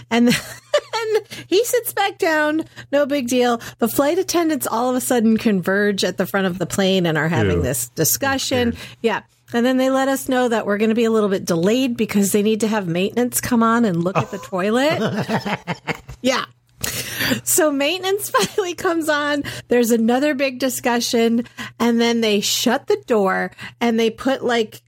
S5: and then he sits back down no big deal the flight attendants all of a sudden converge at the front of the plane and are having
S6: Ew.
S5: this discussion yeah And then they let us know that we're going to be a little bit delayed because they need to have maintenance come on and look at the toilet. yeah. So maintenance finally comes on. There's another big discussion. And then they shut the door and they put like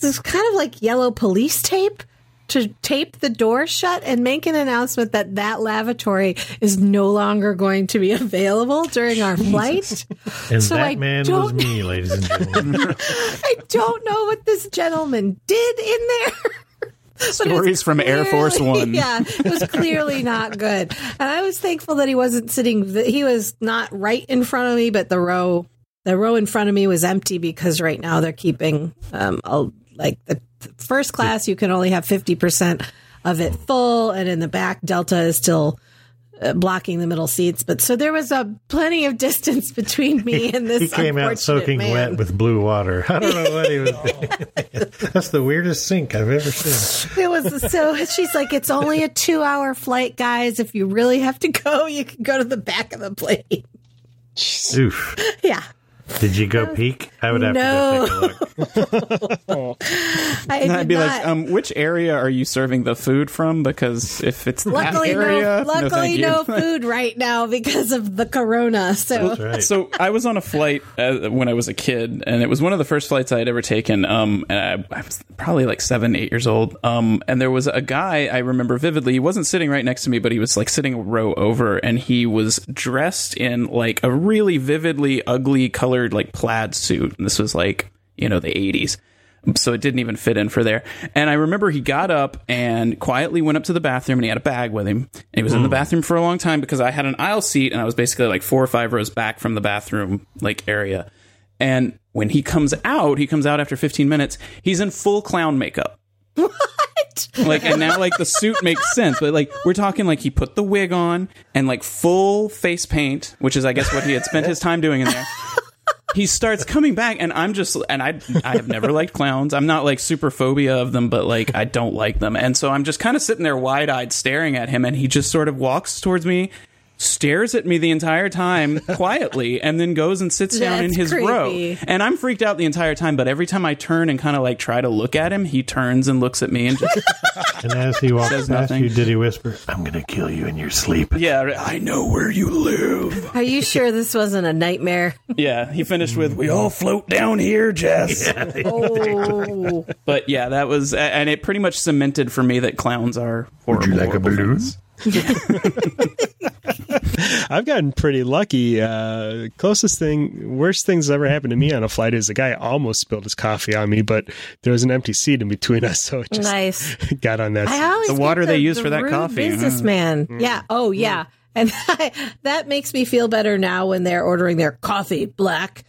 S5: this kind of like yellow police tape to tape the door shut and make an announcement that that lavatory is no longer going to be available during our flight.
S6: And
S5: So
S6: that
S5: I
S6: man was
S5: don't-
S6: me, ladies and gentlemen.
S5: I don't know what this gentleman did in there. but it's
S4: Stories from Air Force
S5: clearly-
S4: One.
S5: Yeah, it was clearly not good. And I was thankful that he wasn't sitting, that he was not right in front of me, but the row, the row in front of me was empty because right now they're keeping, um, a, like the first class, you can only have 50% of it full. And in the back, Delta is still uh, blocking the middle seats. But so there was a plenty of distance between me and this.
S6: he came out
S5: unfortunate
S6: soaking
S5: man.
S6: wet with blue water. I don't know what he was That's the weirdest sink I've ever seen.
S5: It was so she's like, it's only a two hour flight, guys. If you really have to go, you can go to the back of the plane.
S6: Oof.
S5: Yeah.
S6: Did you go peek? I would have
S5: No.
S6: to go take a look.
S5: I
S4: And
S5: did
S4: I'd be
S5: not.
S4: like, um, which area are you serving the food from? Because if it's "Oh, that
S5: luckily
S4: area,
S5: no luckily no,
S4: thank you.
S5: food right now because of the corona. So
S6: That's right.
S4: So I was on a flight uh, when I was a kid, and it was one of the first flights I had ever taken. Um, and I, I was probably like seven, eight years old. Um, and there was a guy I remember vividly. He wasn't sitting right next to me, but he was like sitting a row over, and he was dressed in like a really vividly ugly colored like plaid suit. And this was like you know the eighties. So it didn't even fit in for there. And I remember he got up and quietly went up to the bathroom and he had a bag with him. And he was in the bathroom for a long time because I had an aisle seat and I was basically like four or five rows back from the bathroom like area. And when he comes out, he comes out after 15 minutes, he's in full clown makeup. What? Like and now like the suit makes sense, but like we're talking like he put the wig on and like full face paint, which is I guess what he had spent his time doing in there he starts coming back and i'm just and i i have never liked clowns i'm not like super phobia of them but like i don't like them and so i'm just kind of sitting there wide-eyed staring at him and he just sort of walks towards me stares at me the entire time quietly and then goes and sits down in
S5: That's
S4: his row
S5: creepy.
S4: and i'm freaked out the entire time but every time i turn and kind of like try to look at him he turns and looks at me and just
S6: And as he walked
S4: Says
S6: past
S4: nothing.
S6: you, did he whisper, I'm going to kill you in your sleep?
S4: yeah i know where you live
S5: are you sure this wasn't a nightmare?
S4: yeah he finished with we all float down here jess
S5: Oh,
S4: But yeah, that was, and it pretty much cemented for me that clowns are horrible.
S10: you like a
S4: horrible
S10: balloon?
S4: things.
S1: I've gotten pretty lucky. Uh, closest thing, worst things that ever happened to me on a flight is a guy almost spilled his coffee on me, but there was an empty seat in between us, so it just
S5: nice.
S1: got on that. seat.
S5: I always
S4: The
S5: get
S4: water they use
S5: the
S4: for that
S5: rude
S4: coffee, huh? Mm.
S5: Businessman. Yeah. Oh, yeah. And that makes me feel better now when they're ordering their coffee black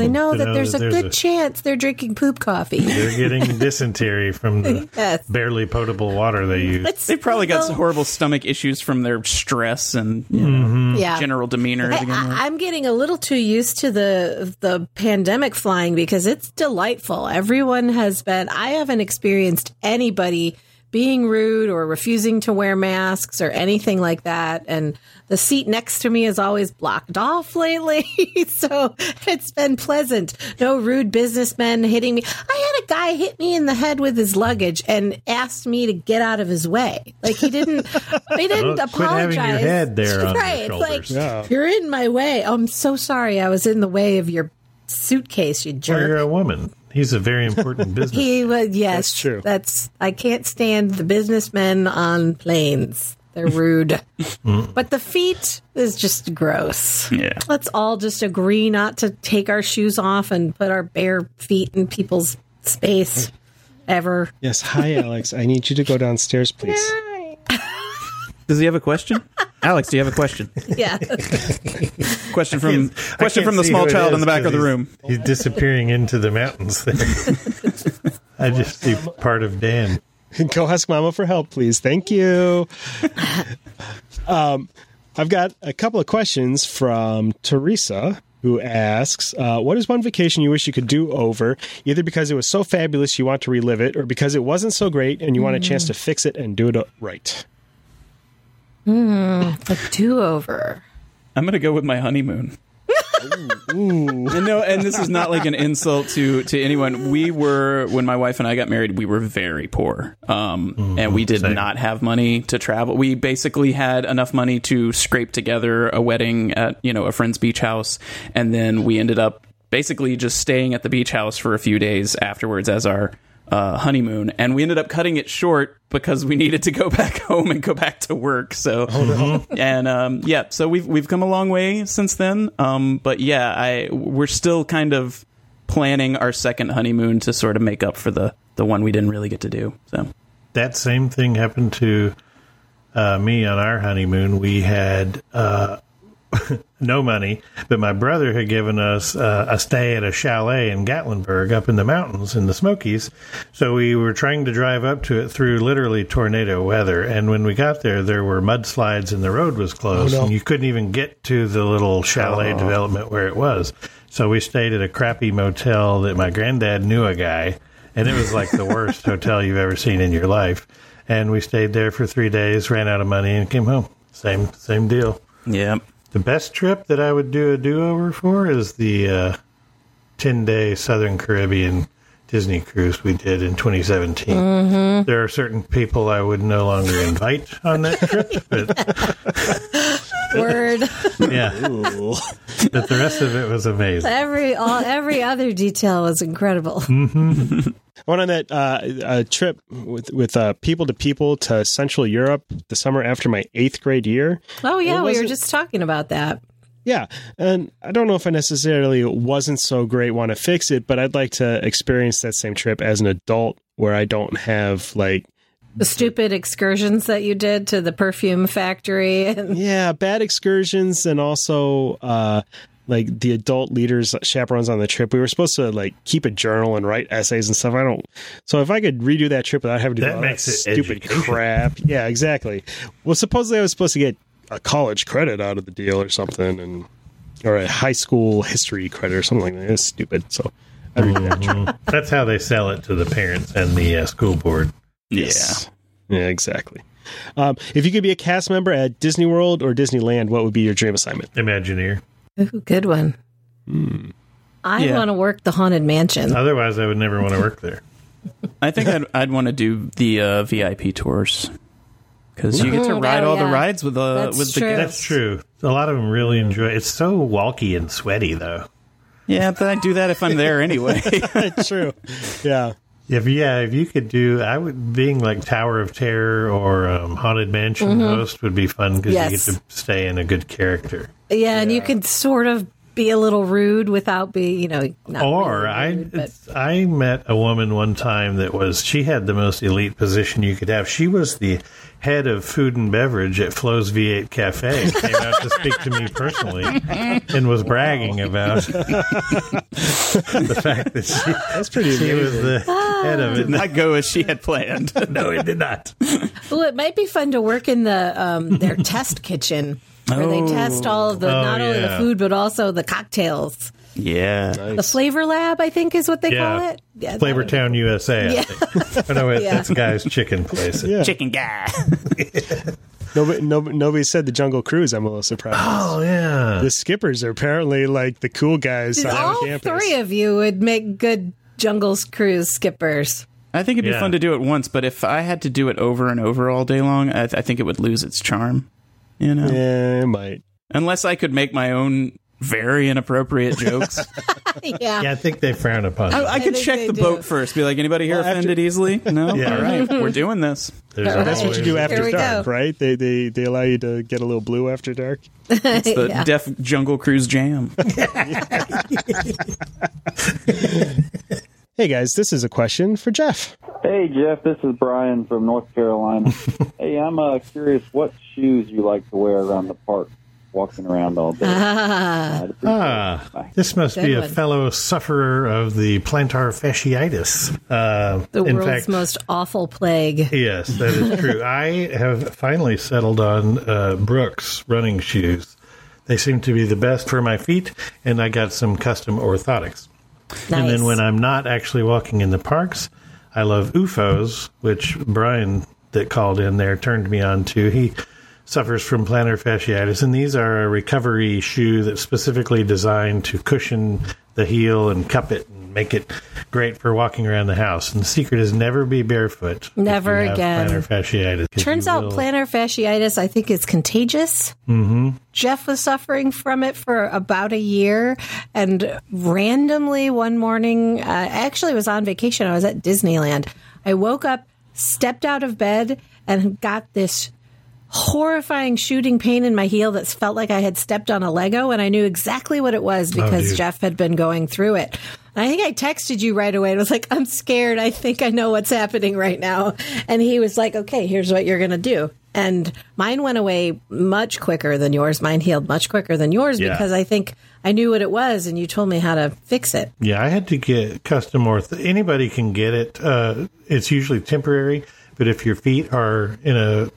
S5: I know
S6: You
S5: that
S6: know
S5: there's a
S6: that there's
S5: good
S6: a-
S5: chance they're drinking poop coffee.
S6: They're getting dysentery from the
S5: Yes.
S6: barely potable water they use.
S5: It's-
S4: They probably got
S5: well,
S4: some horrible stomach issues from their stress and you know,
S5: yeah.
S4: general demeanor.
S5: I,
S4: to begin with.
S5: I, I'm getting a little too used to the the pandemic flying because it's delightful. Everyone has been. I haven't experienced anybody being rude or refusing to wear masks or anything like that. And the seat next to me is always blocked off lately, so it's been pleasant. No rude businessmen hitting me. I had a guy hit me in the head with his luggage and asked me to get out of his way. Like he didn't. He didn't
S6: Well, quit
S5: apologize.
S6: having your head there on your
S5: right? it's like
S6: shoulders.
S1: Yeah.
S5: you're in my way. Oh, I'm so sorry. I was in the way of your suitcase, you
S6: Or
S5: jerk.
S6: you're a woman. He's a very important business.
S5: He was
S1: Oh,
S5: yes.
S1: That's true.
S5: That's I can't stand the businessmen on planes. They're rude.
S1: Mm.
S5: but the feet is just gross.
S4: Yeah.
S5: Let's all just agree not to take our shoes off and put our bare feet in people's space ever.
S1: Yes. Hi, Alex. I need you to go downstairs, please.
S4: Does he have a question? Alex, do you have a question?
S5: Yeah.
S4: Question
S6: I
S4: from
S6: can't- I
S4: question
S6: can't
S4: from the
S6: see
S4: small
S6: who it
S4: child in
S6: is
S4: the back of
S6: 'cause
S4: the
S6: he's-
S4: room.
S6: He's disappearing into the mountains there. I just see part of Dan.
S1: go ask mama for help please thank you um, i've got a couple of questions from teresa who asks uh, what is one vacation you wish you could do over either because it was so fabulous you want to relive it or because it wasn't so great and you want a chance to fix it and do it right
S5: a do over.
S4: I'm gonna go with my honeymoon.
S1: Ooh.
S4: And no, and this is not like an insult to to anyone. We were when my wife and I got married, we were very poor, um, and we did
S6: same.
S4: not have money to travel. We basically had enough money to scrape together a wedding at you know a friend's beach house, and then we ended up basically just staying at the beach house for a few days afterwards as our uh, honeymoon, and we ended up cutting it short because we needed to go back home and go back to work. So, and um, yeah, so we've we've come a long way since then. Um, but yeah, I we're still kind of planning our second honeymoon to sort of make up for the the one we didn't really get to do. So,
S6: that same thing happened to uh, me on our honeymoon. We had uh, no money, but my brother had given us uh, a stay at a chalet in Gatlinburg up in the mountains in the Smokies. So we were trying to drive up to it through literally tornado weather. And when we got there, there were mudslides and the road was closed.
S1: Oh, no. Oh.
S6: And you couldn't even get to the little chalet development where it was. So we stayed at a crappy motel that my granddad knew a guy and it was like the worst hotel you've ever seen in your life. And we stayed there for three days, ran out of money, and came home. Same same deal.
S4: yeah,
S6: The best trip that I would do a do over for is the uh, ten day Southern Caribbean Disney cruise we did in 2017. There are certain people I would no longer invite on that trip, but
S5: Word.
S6: yeah,
S1: Ooh.
S6: but the rest of it was amazing.
S5: every all every other detail was incredible.
S1: Mm. I went on that uh, uh, trip with with uh, people to people to Central Europe the summer after my eighth grade year.
S5: Oh yeah,
S1: What was
S5: we were
S1: it?
S5: just talking about that.
S1: Yeah, and I don't know if I necessarily wasn't so great want to fix it, but I'd like to experience that same trip as an adult where I don't have like
S5: The stupid excursions that you did to the perfume factory and
S1: yeah bad excursions and also uh, like the adult leaders uh, chaperones on the trip. We were supposed to like keep a journal and write essays and stuff. I don't. So if I could redo that trip without having to do
S6: That
S1: all
S6: makes it
S1: stupid
S6: education.
S1: crap, yeah, exactly. Well, supposedly I was supposed to get a college credit out of the deal or something, and or a high school history credit or something like that. It's stupid. So. I redo that trip.
S6: That's how they sell it to the parents and the uh, school board.
S1: Yes. Yeah, exactly. Um, if you could be a cast member at Disney World or Disneyland, what would be your dream assignment?
S6: Imagineer.
S5: Ooh, good one.
S6: Hmm.
S5: I
S4: Yeah.
S5: want to work the haunted mansion.
S6: Otherwise, I would never want to work there.
S4: I think I'd I'd want to do the uh, VIP tours because you get to
S5: Mhm.
S4: ride
S5: Oh,
S4: all the
S5: yeah.
S4: rides with the
S5: That's
S4: with the
S5: true.
S4: guests.
S6: That's true. A lot of them really enjoy. It's so walky and sweaty, though.
S4: Yeah, but I do that if I'm there anyway.
S1: True. Yeah.
S6: If yeah, if you could do, I would being like Tower of Terror or um, Haunted Mansion host would be fun because
S5: Yes.
S6: you get to stay in a good character.
S5: yeah, and you could sort of be a little rude without being, you know, not
S6: or
S5: really
S6: I,
S5: rude, but-
S6: it's- I met a woman one time that was she had the most elite position you could have. She was the head of food and beverage at Flo's V8 Cafe. and Came out to speak to me personally and was bragging about the fact that she
S1: That's pretty
S6: she
S1: amazing.
S6: was the head of it.
S4: Not go as she had planned.
S6: No, it did not.
S5: Well, it might be fun to work in the um, their test kitchen where they test all of the
S6: Oh,
S5: not only the
S6: yeah.
S5: food but also the cocktails.
S4: Yeah.
S5: The flavor lab, I think, is what they call
S6: Yeah.
S5: it. Yeah,
S6: Flavor
S5: that-
S6: Town, USA. I
S5: Yeah.
S6: think. Oh, no, it,
S5: Yeah.
S6: it's Guy's Chicken Place.
S1: Yeah.
S4: Chicken guy.
S1: Nobody, nobody, nobody said the Jungle Cruise. I'm a little surprised.
S6: Oh, yeah.
S1: The skippers are apparently like the cool guys on
S5: All
S1: campus.
S5: three of you would make good jungles cruise skippers.
S4: I think it'd be
S6: Yeah.
S4: fun to do it once, but if I had to do it over and over all day long, I, th- I think it would lose its charm. You know,
S1: yeah, it might.
S4: unless I could make my own very inappropriate jokes.
S5: yeah.
S6: yeah, I think they frown upon
S4: I,
S6: it.
S4: I could
S5: think
S4: check
S5: they
S4: the
S5: do.
S4: boat first. Be like, anybody here
S1: Well, after-
S4: offended easily? No.
S6: Yeah.
S4: All right, we're doing this.
S6: There's
S1: That's what you do
S6: always-
S5: Here
S1: after
S5: we go.
S1: dark, right? They, they they allow you to get a little blue after dark.
S4: It's the Deaf Jungle Cruise Jam.
S1: Hey guys, this is a question for Jeff.
S10: Hey Jeff, this is Brian from North Carolina. hey, I'm uh, curious what shoes you like to wear around the park, walking around all day. I'd appreciate it.
S6: Ah, this must
S5: Good
S6: be a
S5: one.
S6: fellow sufferer of the plantar fasciitis. Uh,
S5: The
S6: in
S5: world's
S6: fact,
S5: most awful plague.
S6: Yes, that is true. I have finally settled on uh, Brooks running shoes. They seem to be the best for my feet, and I got some custom orthotics.
S5: Nice.
S6: And then when I'm not actually walking in the parks, I love UFOs, which Brian that called in there turned me on to. He suffers from plantar fasciitis, and these are a recovery shoe that's specifically designed to cushion the heel and cup it and make it great for walking around the house. And the secret is never be barefoot. if
S5: Never
S6: you have
S5: again.
S6: Plantar fasciitis. 'cause
S5: Turns
S6: you
S5: out
S6: will-
S5: plantar fasciitis, I think, is contagious.
S6: Mhm.
S5: Jeff was suffering from it for about a year, and randomly one morning, uh, I actually was on vacation. I was at Disneyland. I woke up, stepped out of bed, and got this horrifying shooting pain in my heel that's felt like I had stepped on a Lego, and I knew exactly what it was
S6: Oh,
S5: because
S6: dear.
S5: Jeff had been going through it. And I think I texted you right away and was like, I'm scared. I think I know what's happening right now. And he was like, okay, here's what you're going to do. And mine went away much quicker than yours. Mine healed much quicker than yours
S6: Yeah.
S5: because I think I knew what it was and you told me how to fix it.
S6: Yeah, I had to get custom ortho. Anybody can get it. Uh, it's usually temporary, but if your feet are in a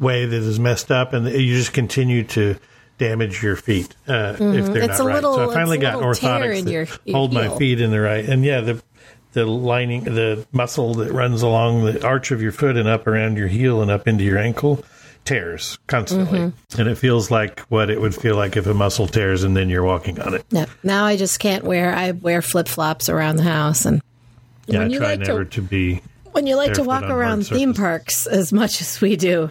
S6: way that is messed up, and you just continue to damage your feet uh, if they're
S5: Mm-hmm. It's
S6: not
S5: a
S6: right.
S5: little-
S6: so I
S5: it's
S6: finally
S5: a
S6: got
S5: little tear
S6: orthotics
S5: in
S6: that
S5: your- your
S6: hold my
S5: heel.
S6: feet in the right, and yeah, the the lining, the muscle that runs along the arch of your foot and up around your heel and up into your ankle tears constantly
S5: Mm-hmm.
S6: and it feels like what it would feel like if a muscle tears and then you're walking on it
S5: No, now I just can't wear, I wear flip flops around the house. And
S6: yeah i
S5: When you
S6: try
S5: like to-
S6: never to be
S5: when you like to
S6: Barefoot
S5: walk
S6: on hard
S5: around theme parks as much as we do,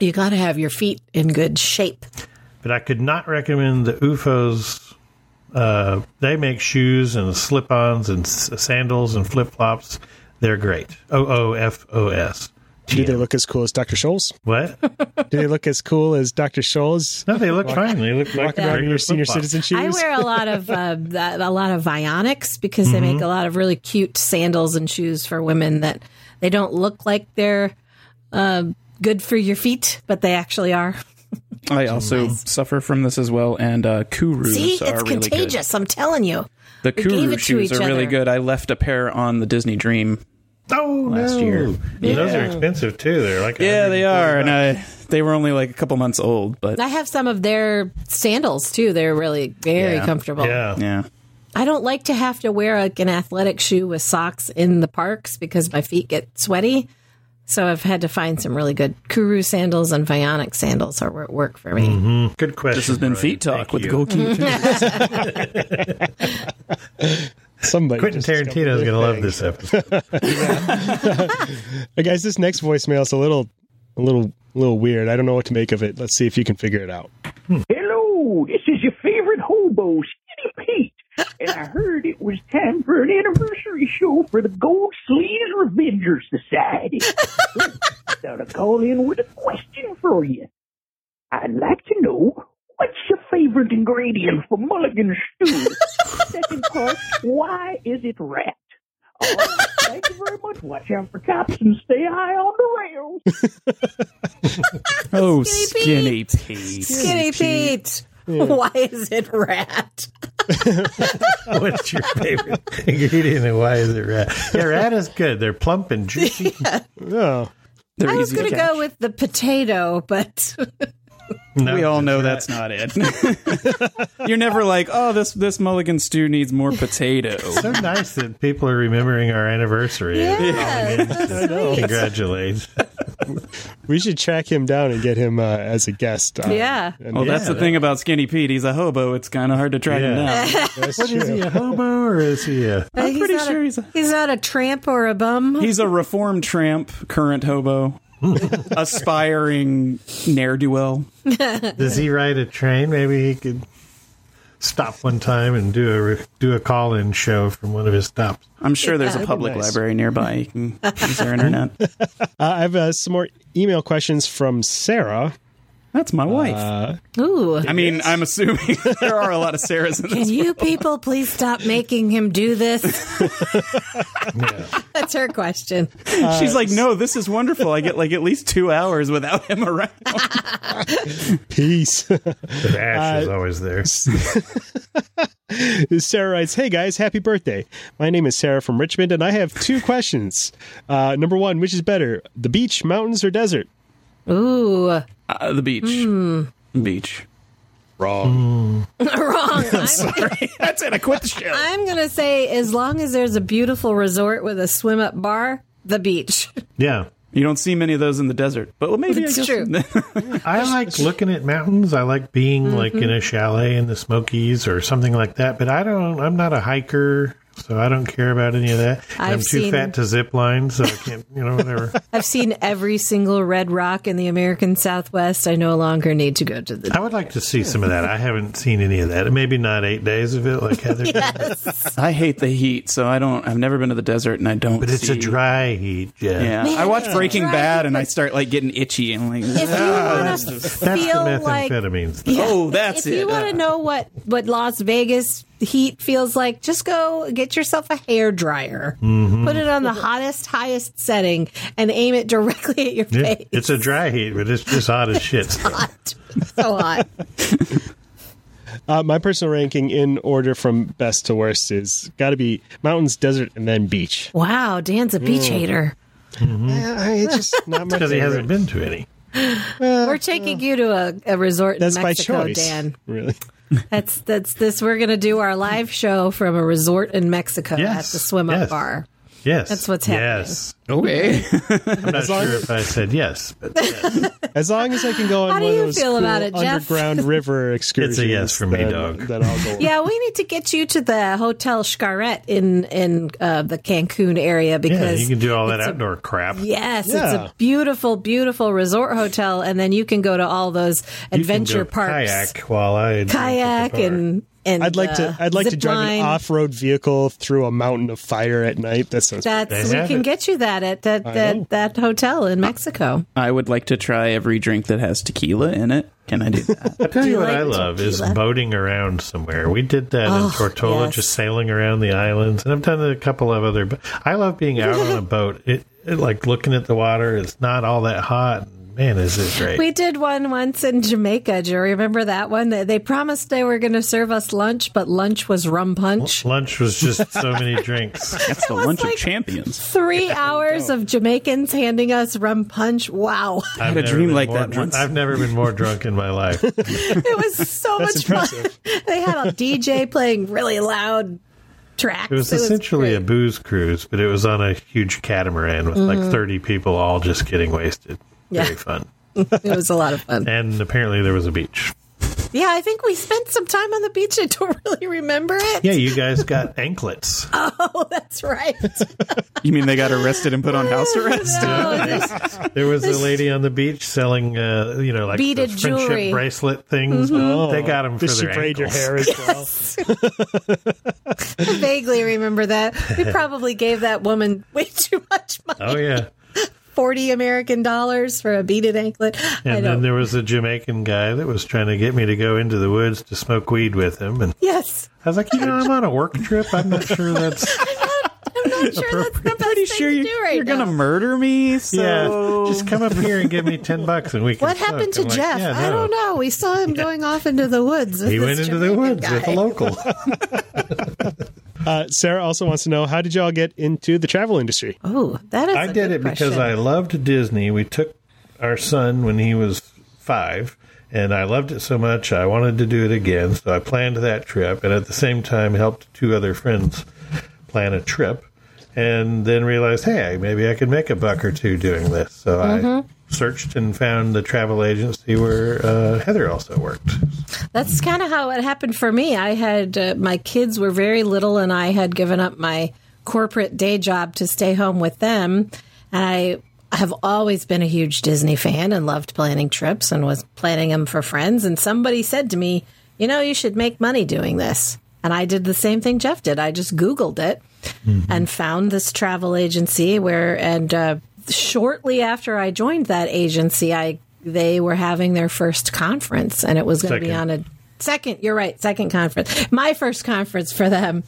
S5: you got to have your feet in good shape.
S6: but I could not recommend the UFOs. Uh, they make shoes and slip-ons and s- sandals and flip-flops. They're great. O O F O S.
S1: Do they look as cool as Dr. Scholes?
S6: What?
S1: Do they look as cool as Dr. Scholes?
S6: No, they look fine. They look like
S1: Walking around in
S6: regular
S1: your senior
S6: flip-flops.
S1: citizen shoes?
S5: I wear a lot of uh, that, a lot of Vionics because they
S4: Mm-hmm.
S5: make a lot of really cute sandals and shoes for women that they don't look like they're uh, good for your feet, but they actually are.
S4: I also suffer from this as well, and uh, Kuru.
S5: See,
S4: are
S5: it's
S4: really good.
S5: contagious. I'm telling you.
S4: The
S5: We gave it
S4: Kuru
S5: to
S4: shoes
S5: each
S4: are really
S5: other.
S4: good. I left a pair on the Disney Dream.
S6: Oh
S4: Last
S6: no!
S4: year.
S6: And Those are expensive too. They're like
S4: Yeah, they are, and
S6: $140.
S4: I, they were only like a couple months old, but
S5: I have some of their sandals too. They're really very
S4: Yeah.
S5: comfortable.
S6: yeah.
S4: yeah.
S5: I don't like to have to wear like an athletic shoe with socks in the parks because my feet get sweaty. So I've had to find some really good Kuru sandals and Vionic sandals are what work for me.
S6: Good question.
S4: This has been
S6: Brian.
S4: Feet Talk
S6: Thank
S4: with
S6: you.
S4: Goalkeeper.
S1: Somebody
S6: Quentin
S1: just discovered
S6: Tarantino's
S1: their
S6: going to love
S1: thing.
S6: this episode.
S1: Hey, guys, this next voicemail is a little, a little, little weird. I don't know what to make of it. Let's see if you can figure it out.
S2: Hello, this is your favorite hobo, Skinny Pete. And I heard it was time for an anniversary show for the Gold Sleeves Revengers Society. Thought I'd call in with a question for you. I'd like to know what's your favorite ingredient for mulligan stew? Second part, why is it rat? All right, thank you very much. Watch out for cops and stay high on the rails.
S4: oh, skinny
S5: Skinny
S4: Pete.
S5: Skinny Pete. Why is it rat?
S6: What's your favorite ingredient and why is it rat? Yeah, rat is good. They're plump and juicy.
S1: Oh,
S4: They're
S5: I was
S4: easy to
S5: going to
S4: catch.
S5: go with the potato, but
S6: No,
S4: we all
S6: it's
S4: know
S6: rat.
S4: that's not it. You're never like, oh, this this mulligan stew needs more potato.
S6: so nice that people are remembering our anniversary.
S5: yeah, that's sweet.
S6: Congratulations.
S1: we should track him down and get him uh, as a guest. Uh, on-
S5: Yeah.
S1: and-
S4: Well, that's
S6: Yeah,
S4: the thing about Skinny Pete. He's a hobo. It's kind of hard to track him
S6: Yeah.
S4: down.
S1: that's
S6: What is
S1: true.
S6: he, a hobo or is he a.
S5: I'm
S4: pretty
S5: not
S4: sure
S5: a,
S4: he's a-
S5: he's not a tramp or a bum.
S4: He's a reformed tramp, current hobo, aspiring ne'er do well.
S6: Does he ride a train? Maybe he could stop one time and do a re- do a call in show from one of his stops.
S4: I'm sure there's a public
S1: nice.
S4: library nearby. You can use their internet.
S1: Uh, I have uh, some more email questions from Sarah.
S4: That's my wife.
S5: Ooh.
S4: I mean, I'm assuming there are a lot of Sarahs in
S5: Can
S4: this.
S5: you people please stop making him do this? That's her question.
S4: She's like, no, this is wonderful. I get like at least two hours without him around.
S1: Peace.
S6: The ash
S1: Uh,
S6: is always there.
S1: Sarah writes, Hey guys, happy birthday. My name is Sarah from Richmond, and I have two questions. Uh, number one, which is better, the beach, mountains, or desert?
S5: Ooh.
S4: Uh, the beach. Beach.
S5: Wrong. I'm,
S4: Sorry. That's it. I quit the show.
S5: I'm going to say as long as there's a beautiful resort with a swim up bar, the beach.
S6: Yeah.
S4: You don't see many of those in the desert, but well, maybe
S5: It's
S4: I guess-
S6: I like looking at mountains. I like being like in a chalet in the Smokies or something like that. But I don't. I'm not a hiker, so I don't care about any of that.
S5: I've
S6: I'm too
S5: seen-
S6: fat to zip line, so I can't. You know, whatever.
S5: I've seen every single red rock in the American Southwest. I no longer need to go to the.
S6: I would like to see some of that. I haven't seen any of that. Maybe not eight days of it, like Heather. did.
S4: I hate the heat, so I don't. I've never been to the desert, and I don't.
S6: But it's a
S4: see-
S6: dry heat. Yeah.
S4: Yeah,
S5: Man,
S4: I watch
S5: it's
S4: Breaking
S5: dry,
S4: Bad, and I start like getting itchy and like.
S5: If you want to
S6: That's
S5: Ah, feel
S6: the
S5: like
S6: methamphetamines.
S4: oh, that's
S5: if
S4: it.
S5: you want
S6: Uh.
S5: to know what what Las Vegas heat feels like, just go get yourself a hair dryer,
S6: Mm-hmm.
S5: put it on the hottest, highest setting, and aim it directly at your
S6: Yeah.
S5: face.
S6: It's a dry heat, but it's just hot as shit.
S5: hot, so hot.
S1: Uh, my personal ranking in order from best to worst is got to be mountains, desert, and then beach.
S5: Wow, Dan's a beach
S6: Mm.
S5: hater.
S1: I, I- it's just not my
S6: Because he
S1: favorite.
S6: hasn't been to any.
S5: We're taking you to a, a resort
S1: That's
S5: in
S1: by
S5: Mexico,
S1: choice.
S5: Dan.
S1: Really?
S5: That's that's this. We're gonna do our live show from a resort in Mexico
S6: Yes,
S5: at the swim up
S6: yes.
S5: bar.
S6: Yes.
S5: That's what's
S6: Yes.
S4: okay.
S6: I'm not sure if I said yes, but
S1: As long as I can go on
S5: How do
S1: one
S5: you
S1: of those
S5: feel
S1: cool
S5: about it, Jeff?
S1: underground river excursions.
S6: yes for me,
S1: then-
S6: dog.
S1: Then I'll go.
S5: Yeah, we need to get you to the Hotel Scarret in in uh, the Cancun area
S6: yeah,
S5: because
S6: you can do all that
S5: it's a-
S6: outdoor crap.
S5: Yes,
S1: Yeah.
S5: it's a beautiful, beautiful resort hotel, and then you can go to all those
S6: You can
S5: adventure
S6: go
S5: parks,
S6: Kayak while I drink at the
S5: kayak
S6: bar.
S5: and and
S1: I'd like to.
S5: uh,
S1: I'd like to
S5: zip
S1: drive
S5: line.
S1: an off-road vehicle through a mountain of fire at night. That sounds.
S5: That's
S6: They
S5: we
S6: have
S5: can
S6: it.
S5: get you that at that that, that hotel in Mexico.
S4: I would like to try every drink that has tequila in it. Can I do that?
S6: I tell you,
S5: you
S6: what
S5: like
S6: I love is
S5: tequila?
S6: boating around somewhere. We did that
S5: Oh,
S6: in Tortola,
S5: yes.
S6: just sailing around the islands, and I've done a couple of other. But I love being out on a boat. It, it like looking at the water. It's not all that hot. Man, is it great?
S5: We did one once in Jamaica. Do you remember that one? They, they promised they were going to serve us lunch, but lunch was rum punch.
S6: Lunch was just so many drinks.
S4: That's the
S5: was
S4: lunch
S5: like-
S4: of champions.
S5: Three hours of Jamaicans handing us rum punch. Wow.
S6: I
S4: had a dream like that once.
S6: I've never been more drunk in my life.
S5: It was so much
S1: That's impressive.
S5: fun. They had a DJ playing really loud tracks.
S6: It was essentially a
S5: great.
S6: booze cruise, but it was on a huge catamaran with like 30 people all just getting wasted.
S5: Yeah.
S6: Very fun.
S5: it was a lot of fun.
S6: And apparently there was a beach.
S5: Yeah, I think we spent some time on the beach. I don't really remember it.
S6: Yeah, you guys got anklets.
S5: Oh, that's right.
S4: You mean they got arrested and put on house arrest?
S5: No, this-
S6: There was a lady on the beach selling, uh, you know, like
S5: Beaded
S6: those friendship
S5: jewelry. Mm-hmm.
S6: bracelet things. Oh. They got them for
S1: Does she
S6: their
S1: braid your
S6: ankles.
S1: hair as well?
S5: I vaguely remember that. We probably gave that woman way too much money.
S6: Oh yeah,
S5: 40 American dollars for a beaded anklet. I
S6: and then
S5: don't.
S6: there was a Jamaican guy that was trying to get me to go into the woods to smoke weed with him, and
S5: yes.
S6: I was like, you know, I'm on a work trip. I'm not sure that's
S5: I'm not sure that's the best
S4: Pretty
S5: thing
S4: sure
S5: to
S4: you,
S5: do right
S4: you're gonna
S5: now.
S4: murder me. So
S6: yeah. Just come up here and give me ten bucks, and we can.
S5: What happened to
S6: smoke." I'm like,
S5: Jeff?
S6: "Yeah,
S5: I
S6: no."
S5: don't know. We saw him going off into the woods. with
S6: He
S5: this
S6: went into the
S5: Jamaican
S6: woods
S5: guy.
S6: with a local.
S1: Uh, Sarah also wants to know how did y'all get into the travel industry?
S5: Oh, that is.
S6: I
S5: a
S6: did
S5: good
S6: it because
S5: question.
S6: I loved Disney. We took our son when he was five, and I loved it so much I wanted to do it again. So I planned that trip, and at the same time helped two other friends plan a trip, and then realized, hey, maybe I could make a buck or two doing this. So
S5: Mm-hmm.
S6: I searched and found the travel agency where uh, Heather also worked.
S5: That's kind of how it happened for me. I had uh, my kids were very little, and I had given up my corporate day job to stay home with them. And I have always been a huge Disney fan and loved planning trips and was planning them for friends. And somebody said to me, "You know, you should make money doing this." And I did the same thing Jeff did. I just Googled it and found this travel agency where, and uh, shortly after I joined that agency, I they were having their first conference, and it was going to be
S6: Second.
S5: on a second. You're right, second conference. My first conference for them,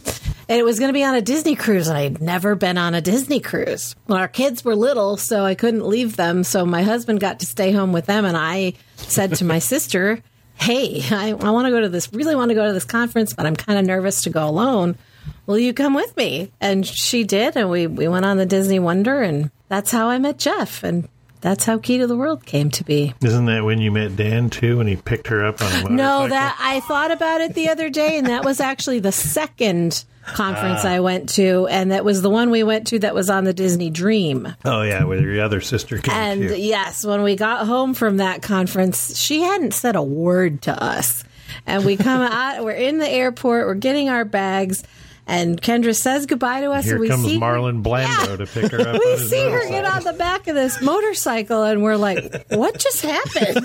S5: and it was going to be on a Disney cruise, and I'd never been on a Disney cruise. Well, our kids were little, so I couldn't leave them. So my husband got to stay home with them, and I said to my sister. Hey, I, I want to go to this, really want to go to this conference, but I'm kind of nervous to go alone will you come with me? And she did, and we, we went on the Disney Wonder, and that's how I met Jeff, and that's how Key to the World came to be.
S6: Isn't that when you met Dan too? When he picked her up on a motorcycle?
S5: No, that I thought about it the other day, and that was actually the second conference I went to, and that was the one we went to that was on the Disney Dream.
S6: Oh yeah, with your other sister came
S5: And
S6: too.
S5: yes, when we got home from that conference, she hadn't said a word to us. And we come out, we're in the airport, we're getting our bags, and Kendra says goodbye to us.
S6: Here
S5: and we
S6: comes
S5: see
S6: Marlon Blando to pick her up.
S5: we
S6: on his
S5: see her
S6: motorcycle.
S5: get on the back of this motorcycle and we're like what just happened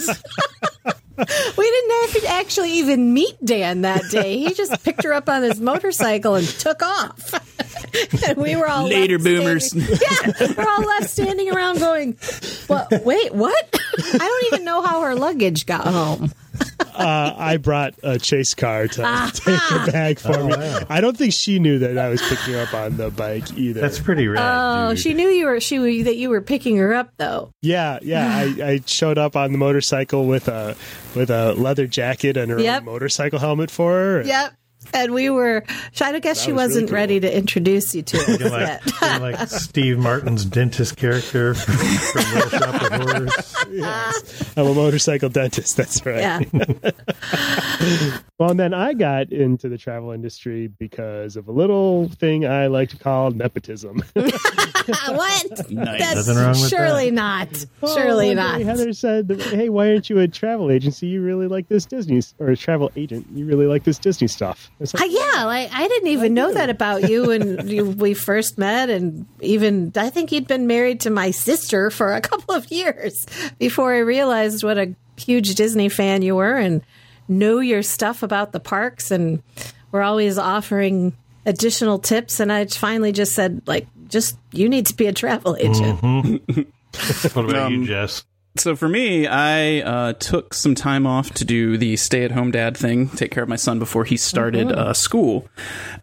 S5: we didn't have to actually even meet dan that day he just picked her up on his motorcycle and took off and we were all
S4: Later,
S5: left
S4: boomers.
S5: standing- yeah we're all left standing around going well wait what i don't even know how her luggage got home
S1: Uh, I brought a chase car to take her bag for
S6: Oh,
S1: me. I don't think she knew that I was picking her up on the bike either.
S6: That's pretty rad.
S5: oh
S6: dude.
S5: she knew you were she that you were picking her up though
S1: yeah, yeah. I, I showed up on the motorcycle with a with a leather jacket and her own
S5: Yep.
S1: motorcycle helmet for her.
S5: Yep. And we were, I guess she
S1: was really
S5: wasn't
S1: cool.
S5: ready to introduce you to it
S6: Looking like,
S5: yet.
S6: looking like Steve Martin's dentist character from Little Shop of Horrors.
S1: I'm a motorcycle dentist. That's right.
S5: Yeah.
S1: Well, and then I got into the travel industry because of a little thing I like to call nepotism.
S5: what?
S4: Nice.
S5: That's
S6: Nothing wrong with
S5: surely not. Surely
S1: Oh, one
S5: not.
S1: day Heather said, "Hey, why aren't you a travel agency? You really like this Disney, or a travel agent? You really like this Disney stuff." It's like,
S5: I, Uh, yeah, like, I didn't even know that about you when you, we first met, and even I think you'd been married to my sister for a couple of years before I realized what a huge Disney fan you were and know your stuff about the parks, and were always offering additional tips. And I finally just said, like, just you need to be a travel agent.
S6: What about
S4: Um,
S6: you, Jess?
S4: so for me, I uh, took some time off to do the stay-at-home dad thing, take care of my son before he started uh, school,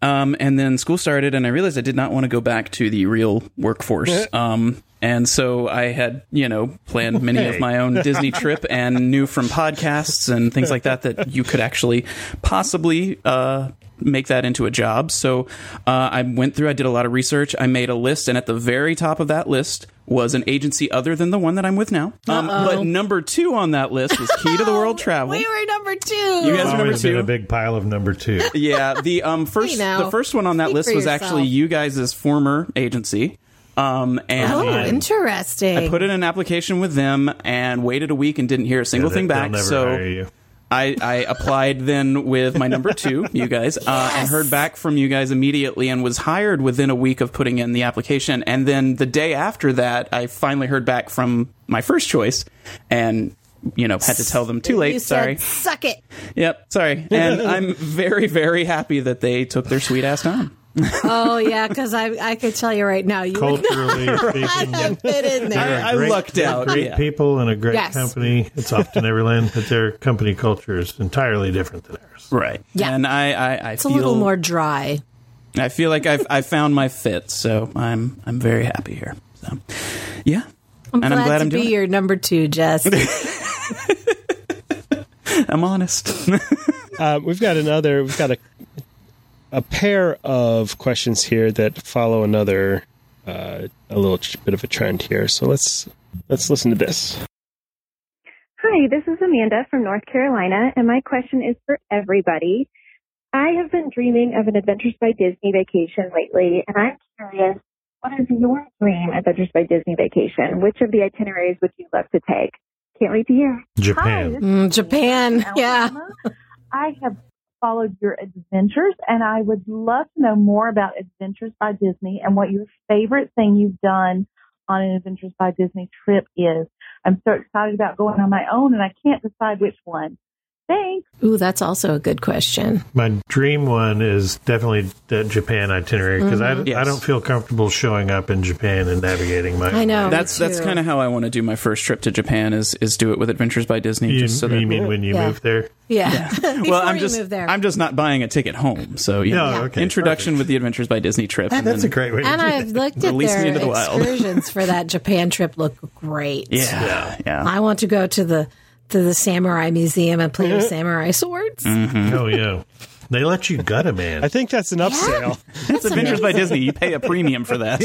S4: um, and then school started, and I realized I did not want to go back to the real workforce. Um, and so I had, you know, planned many of my own Disney trip and knew from podcasts and things like that that you could actually possibly uh, make that into a job. So uh, I went through, I did a lot of research, I made a list, and at the very top of that list was an agency other than the one that I'm with now. Um, but number two on that list was Key to the World Travel.
S5: We were number two.
S4: you guys remember
S6: Always been a
S4: two?
S6: big pile of number two.
S4: Yeah, the um first
S5: now.
S4: the first one on that
S5: Speak
S4: list
S5: for
S4: was
S5: yourself.
S4: actually you guys' former agency. Um and
S5: oh,
S4: I-
S5: interesting.
S4: I put in an application with them and waited a week and didn't hear a single
S6: They-
S4: thing
S6: they'll
S4: back.
S6: never
S4: so
S6: hire you.
S4: I, I applied then with my number two, you guys, uh, and heard back from you guys immediately and was hired within a week of putting in the application. And then the day after that, I finally heard back from my first choice and, you know, had to tell them too late.
S5: You
S4: Sorry.
S5: said, Suck it.
S4: Yep. Sorry. And I'm very, very happy that they took their sweet ass time.
S5: Oh yeah, because I I could tell you right now you would
S6: Culturally speaking,
S5: not have fit in
S4: I,
S5: there.
S4: I lucked out.
S6: great
S4: yeah.
S6: people and a great
S5: Yes.
S6: company. It's often Neverland, but their company culture is entirely different than ours.
S4: Right.
S5: Yeah.
S4: And I, I, I
S5: It's a
S4: feel
S5: little more dry.
S4: I feel like I've I found my fit, so I'm I'm very happy here. So, yeah,
S5: I'm
S4: and
S5: glad
S4: I'm glad
S5: to
S4: I'm
S5: be
S4: doing.
S5: your number two, Jess.
S4: it. I'm honest.
S5: Oh,
S1: Um, we've got another. We've got a a pair of questions here that follow another uh, a little ch- bit of a trend here. So let's let's listen to this.
S9: Hi, this is Amanda from North Carolina, and my question is for everybody. I have been dreaming of an Adventures by Disney vacation lately, and I'm curious, what is your dream Adventures by Disney vacation? Which of the itineraries would you love to take? Can't wait to hear. Hi,
S6: Japan.
S9: this
S5: Mm, Japan, yeah.
S7: I have followed your adventures and I would love to know more about Adventures by Disney and what your favorite thing you've done on an Adventures by Disney trip is. I'm so excited about going on my own and I can't decide which one. Thanks.
S5: Ooh, that's also a good question.
S6: My dream one is definitely the Japan itinerary because I, I
S4: Mm-hmm. Yes.
S6: don't feel comfortable showing up in Japan and navigating my.
S5: I know.
S4: that's
S5: me
S4: that's
S5: too.
S4: kind of how I want to do my first trip to Japan is is do it with Adventures by Disney.
S6: You,
S4: just so
S6: you
S4: that,
S6: mean when you
S5: Yeah.
S6: move there?
S5: yeah. Before
S4: well, I'm
S5: you
S4: just
S5: move there.
S4: I'm just not buying a ticket home. So you
S6: No,
S4: know,
S6: okay,
S4: introduction
S6: perfect.
S4: with the Adventures by Disney trip. and
S6: that's a
S4: then-
S6: great way.
S5: and
S6: to do
S5: I've looked at
S4: Release me
S5: their
S4: into the wild.
S5: excursions for that Japan trip. Look great.
S4: yeah, yeah.
S5: I want to go to the to the samurai museum and play with samurai swords.
S4: Mm,
S6: it. Oh yeah, they let you gut a
S1: I
S6: man.
S1: think that's an upsale.
S4: It's Adventures by Disney. You pay a premium for that.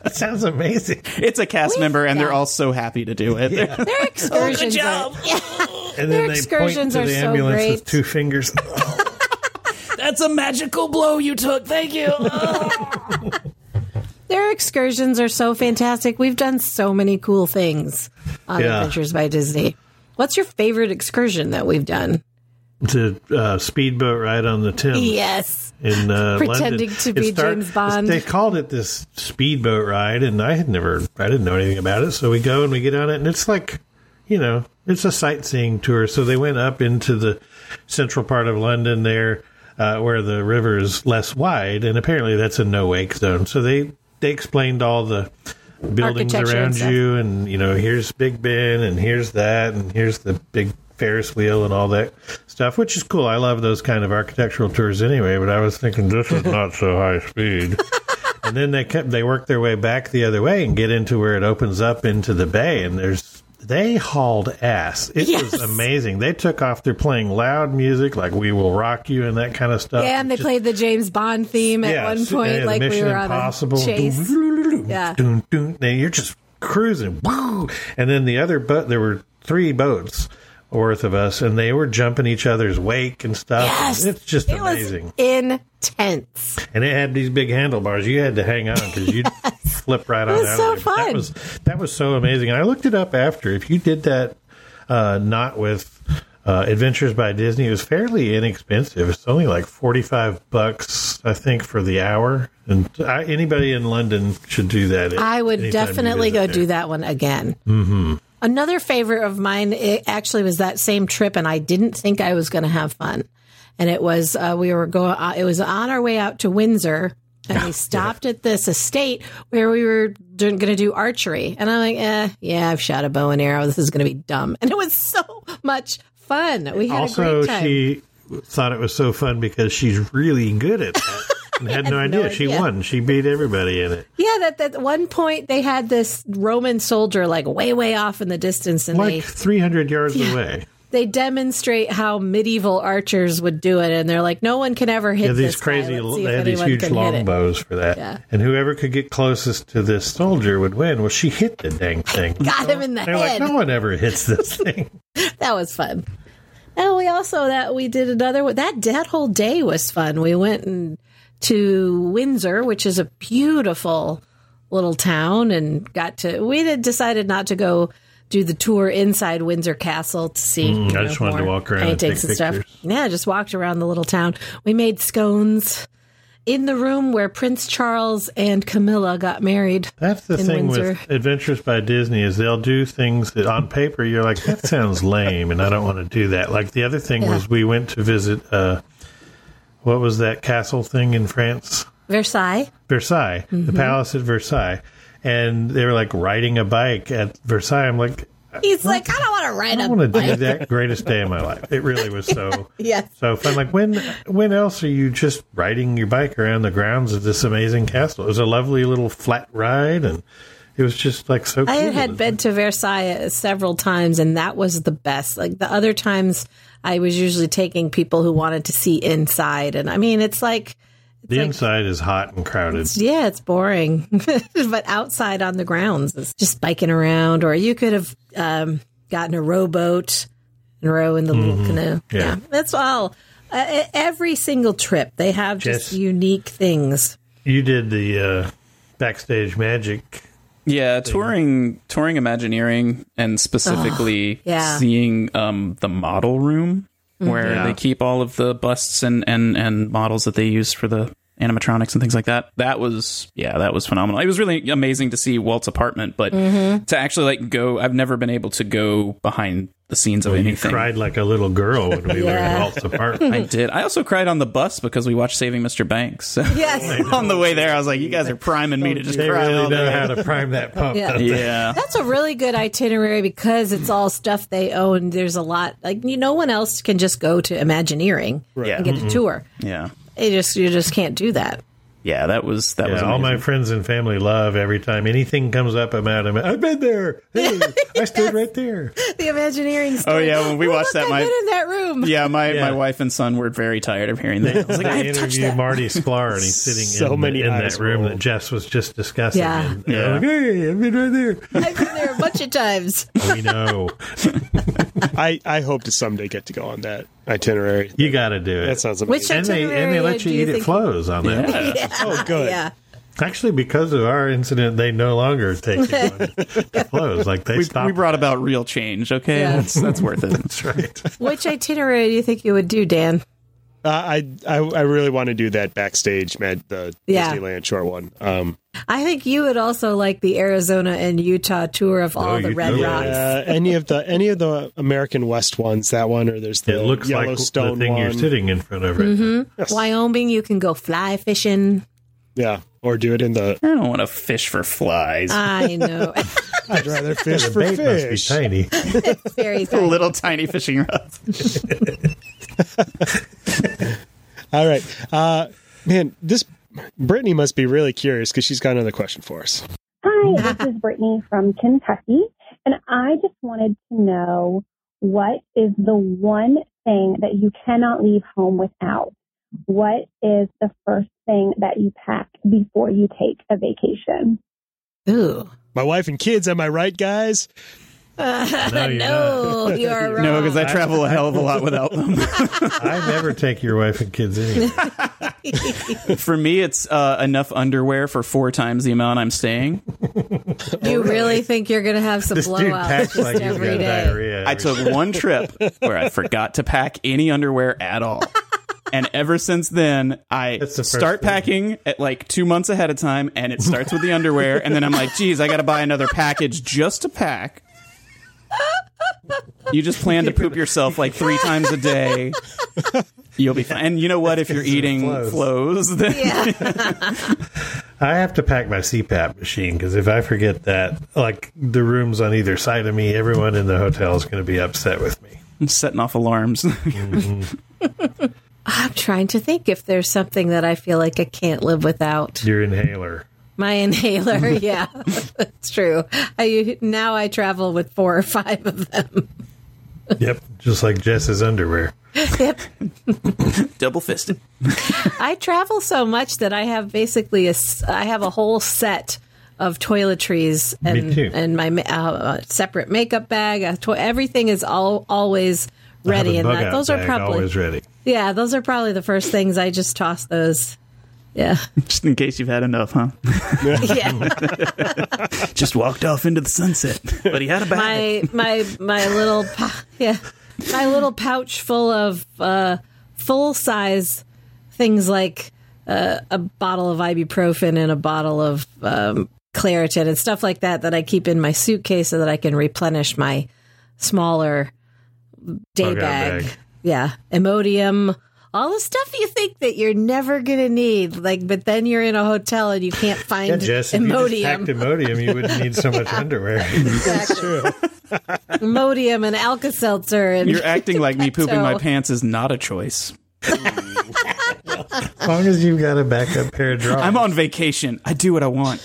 S6: That sounds amazing.
S4: It's a cast member, and they're all so happy to do it.
S5: Their excursions are Their
S6: And then they point
S5: excursions
S6: to
S5: are
S6: the
S5: so
S6: ambulance
S5: great.
S6: with two fingers.
S11: That's a magical blow you took. Thank you.
S5: Their excursions are so fantastic. We've done so many cool things on
S6: Yeah.
S5: Adventures by Disney. What's your favorite excursion that we've done?
S6: to uh, speedboat ride on the Thames.
S5: Yes.
S6: in uh,
S5: Pretending
S6: London.
S5: to
S6: It
S5: be James Bond.
S6: They called it this speedboat ride, and I had never, I didn't know anything about it. So we go and we get on it, and it's like, you know, it's a sightseeing tour. So they went up into the central part of London there, uh, where the river is less wide, and apparently that's a no wake zone. So they they explained all the buildings
S5: Architecture and
S6: around
S5: stuff.
S6: you, and you know, here's Big Ben, and here's that, and here's the big Ferris wheel, and all that stuff, which is cool. I love those kind of architectural tours anyway. But I was thinking this is not so high speed. and then they kept they work their way back the other way and get into where it opens up into the bay, and there's. They hauled ass. It was amazing. They took off. They're playing loud music like "We Will Rock You" and that kind of stuff.
S5: yeah, and they played the James Bond theme at
S6: Yeah,
S5: one
S6: so-
S5: point,
S6: and
S5: like we
S6: Mission
S5: were
S6: Impossible.
S5: on a chase. yeah.
S6: Dun, dun, and you're just cruising. Woo! And then the other boat, there were three boats worth of us, and they were jumping each other's wake and stuff.
S5: Yes!
S6: It's just
S5: It was
S6: amazing.
S5: intense.
S6: And it had these big handlebars. You had to hang on because you'd flip right on
S5: was
S6: out.
S5: so
S6: of there. But
S5: fun.
S6: That was that was so amazing. And I looked it up after. If you did that, uh, not with uh, Adventures by Disney, it was fairly inexpensive. It's only like forty five bucks, I think, for the hour. And I, anybody in London should do that.
S5: I would definitely go do that one again.
S6: Mm-hmm.
S5: Another favorite of mine it actually was that same trip, and I didn't think I was going to have fun. And it was uh, we were going. Uh, it was on our way out to Windsor, and we stopped at this estate where we were going to do archery. And I'm like, eh, yeah, I've shot a bow and arrow. This is going to be dumb. And it was so much fun. We had a
S6: Also,
S5: great time.
S6: she thought it was so fun because she's really good at that. And had no idea. She
S5: idea.
S6: won. She beat everybody in it.
S5: yeah, that that- at one point they had this Roman soldier like way way off in the distance, and they
S6: Like 300 yards away.
S5: they demonstrate how medieval archers would do it, and they're like, no one can ever hit
S6: Yeah, these
S5: this guy.
S6: crazy,
S5: Let's see
S6: they
S5: if
S6: had these
S5: anyone
S6: huge
S5: can hit it."
S6: longbows for that.
S5: Yeah.
S6: And whoever could get closest to this soldier would win. Well, she hit the dang thing.
S5: Got him in the
S6: They're like,
S5: head.
S6: no one ever hits this thing.
S5: That was fun. And we also that we did another one. That that whole day was fun. We went and to Windsor, which is a beautiful little town, and got to. We had decided not to go do the tour inside Windsor Castle to see.
S6: Mm,
S5: you
S6: I
S5: know,
S6: just wanted to
S5: more
S6: walk around and
S5: antiques
S6: take pictures.
S5: Yeah, just walked around the little town. We made scones in the room where Prince Charles and Camilla got married.
S6: That's the
S5: in
S6: thing
S5: Windsor.
S6: with Adventures by Disney is they'll do things that on paper you're like that sounds lame and I don't want to do that. Like the other thing was we went to visit uh, what was that castle thing in France?
S5: Versailles.
S6: Versailles, the
S5: Mhm.
S6: palace at Versailles, and they were like riding a bike at Versailles. I'm like
S5: He's like, I don't want to
S6: I
S5: ride
S6: don't
S5: a
S6: want to do
S5: bike.
S6: that greatest day of my life. It really was so
S5: Yes.
S6: so fun. Like when when else are you just riding your bike around the grounds of this amazing castle? It was a lovely little flat ride, and it was just like so.
S5: I
S6: cool.
S5: had, had been to Versailles several times, and that was the best. Like the other times, I was usually taking people who wanted to see inside, and I mean, it's like,
S6: the inside is hot and crowded.
S5: yeah, it's boring, but outside on the grounds, it's just biking around, or you could have um, gotten a rowboat and row in the little
S6: Mhm.
S5: canoe.
S6: Yeah.
S5: that's all. Uh, every single trip, they have just unique things.
S6: You did the uh, backstage magic.
S4: Yeah, touring touring Imagineering and specifically
S5: yeah.
S4: seeing um, the model room
S6: Mm.
S5: Mhm.
S4: where
S5: Yeah.
S4: they keep all of the busts and, and, and models that they use for the animatronics and things like that. That was yeah, that was phenomenal. It was really amazing to see Walt's apartment, but
S6: Mm-hmm.
S5: Mhm.
S4: to actually like go I've never been able to go behind the scenes of
S6: Well, you
S4: anything.
S6: cried like a little girl when we were
S4: Yeah.
S6: in Walt's apartment.
S4: I did. I also cried on the bus because we watched Saving Mr. Banks.
S5: Yes.
S4: on the way there, I was like, "You guys are priming me to just
S6: They
S4: cry."
S6: really
S4: all
S6: know
S4: day.
S6: how to prime that pump,
S5: Yeah.
S6: don't they?
S4: Yeah.
S5: That's a really good itinerary because it's all stuff they own. There's a lot like you, no one else can just go to Imagineering
S4: Yeah.
S5: and get a
S4: Mhm.
S5: tour.
S4: Yeah.
S5: It just you just can't do that.
S4: Yeah, that was that
S6: yeah,
S4: was
S6: all my
S4: amazing.
S6: friends and family love every time anything comes up about him. I've been there. Hey, I stood right there.
S5: The Imagineering.
S4: Oh
S5: story.
S4: yeah, when we watched that,
S5: I've been
S4: my
S5: in that room.
S4: yeah, my,
S6: Yeah.
S4: my wife and son were very tired of hearing that. I was like,
S6: They
S4: "I've touched
S6: interviewed
S4: that."
S6: Marty Sklar, and he's sitting
S1: So
S6: in,
S1: many
S6: the, in
S1: eyes
S6: that room
S1: rolled.
S6: that Jess was just discussing.
S5: Yeah.
S6: And uh, they're like, hey, I've been right there. Oh,
S5: I've been there a bunch of times.
S6: we know.
S1: I, I hope to someday get to go on that itinerary.
S6: You got to do it.
S1: That sounds amazing.
S5: Which
S6: and they and they
S5: itinerary
S6: let
S5: do
S6: you
S5: you
S6: eat at
S5: think-
S6: Flo's on that.
S1: Yeah. Oh, good.
S5: Yeah.
S6: Actually, because of our incident, they no longer take you on to Flo's. Like they
S4: We,
S6: stopped.
S4: we brought about real change, okay?
S5: Yeah.
S4: That's that's worth it.
S6: That's right.
S5: Which itinerary do you think you would do, Dan?
S1: Uh, I, I I really want to do that backstage, Med, the
S5: Yeah.
S1: Disneyland short one. Um,
S5: I think you would also like the Arizona and Utah tour of all
S6: Oh,
S5: the
S6: you
S5: red
S6: do.
S5: rocks.
S1: uh, any of the any of the American West ones, that one, or there's the
S6: It looks like
S1: Yellowstone
S6: the thing
S1: one.
S6: you're sitting in front of. Right now.
S5: Mm-hmm.
S1: Yes.
S5: Wyoming, you can go fly fishing.
S1: Yeah, or do it in the.
S4: I don't want to fish for flies.
S5: I know.
S1: I'd rather fish
S6: The
S1: for
S6: bait
S1: fish.
S6: must be tiny.
S5: Very sad.
S4: Little tiny fishing rods.
S1: All right, uh, man, this Brittany must be really curious because she's got another question for us.
S8: Hi, this is Brittany from Kentucky, and I just wanted to know what is the one thing that you cannot leave home without? What is the first thing that you pack before you take a vacation?
S5: Ooh.
S1: My wife and kids, am I right, guys?
S5: no,
S6: No, you're not.
S5: you are wrong.
S4: Oh, No, because I travel a hell of a lot without them.
S6: I never take your wife and kids anywhere.
S4: for me, it's uh, enough underwear for four times the amount I'm staying.
S5: you really think you're going to have some
S6: This dude
S5: blowouts
S6: packs like he's
S5: every
S6: got
S5: day.
S6: diarrhea.
S4: I
S6: every
S4: took one trip where I forgot to pack any underwear at all. And ever since then, I
S6: That's the first
S4: start
S6: thing.
S4: packing at like two months ahead of time, and it starts with the underwear. And then I'm like, geez, I got to buy another package just to pack. You just plan to poop yourself like three times a day. You'll be fine. And you know what? If you're eating
S6: Flows.
S4: flows, then
S6: I have to pack my CPAP machine because if I forget that, like the rooms on either side of me, everyone in the hotel is going to be upset with me.
S4: I'm setting off alarms.
S5: I'm trying to think if there's something that I feel like I can't live without.
S6: Your inhaler.
S5: My inhaler, yeah, it's true. I now I travel with four or five of them.
S6: Yep, just like Jess's underwear.
S4: Double fisted.
S5: I travel so much that I have basically a s- I have a whole set of toiletries and
S6: too.
S5: and my ma- uh, separate makeup bag. A to- everything is all always ready,
S6: I
S5: and
S6: have a bug
S5: that,
S6: out
S5: those are
S6: bag
S5: probably
S6: always ready.
S5: yeah, those are probably the first things I just toss those. Yeah,
S4: Just in case you've had enough, huh?
S5: yeah.
S4: Just walked off into the sunset, but he had a bag.
S5: my my my little pou- yeah my little pouch full of uh, full size things like uh, a bottle of ibuprofen and a bottle of um, Claritin and stuff like that that I keep in my suitcase so that I can replenish my smaller day
S6: Bug out
S5: bag.
S6: bag.
S5: Yeah, Imodium. All the stuff you think that you're never gonna need, like, but then you're in a hotel and you can't find
S6: Yeah, Jess, if you just packed
S5: Imodium.
S6: Imodium, you wouldn't need so much underwear.
S5: Imodium and Alka Seltzer and
S4: You're acting like me pooping my
S5: Pepto.
S4: pants is not a choice.
S6: As long as you've got a backup pair of drawers.
S4: I'm on vacation. I do what I want.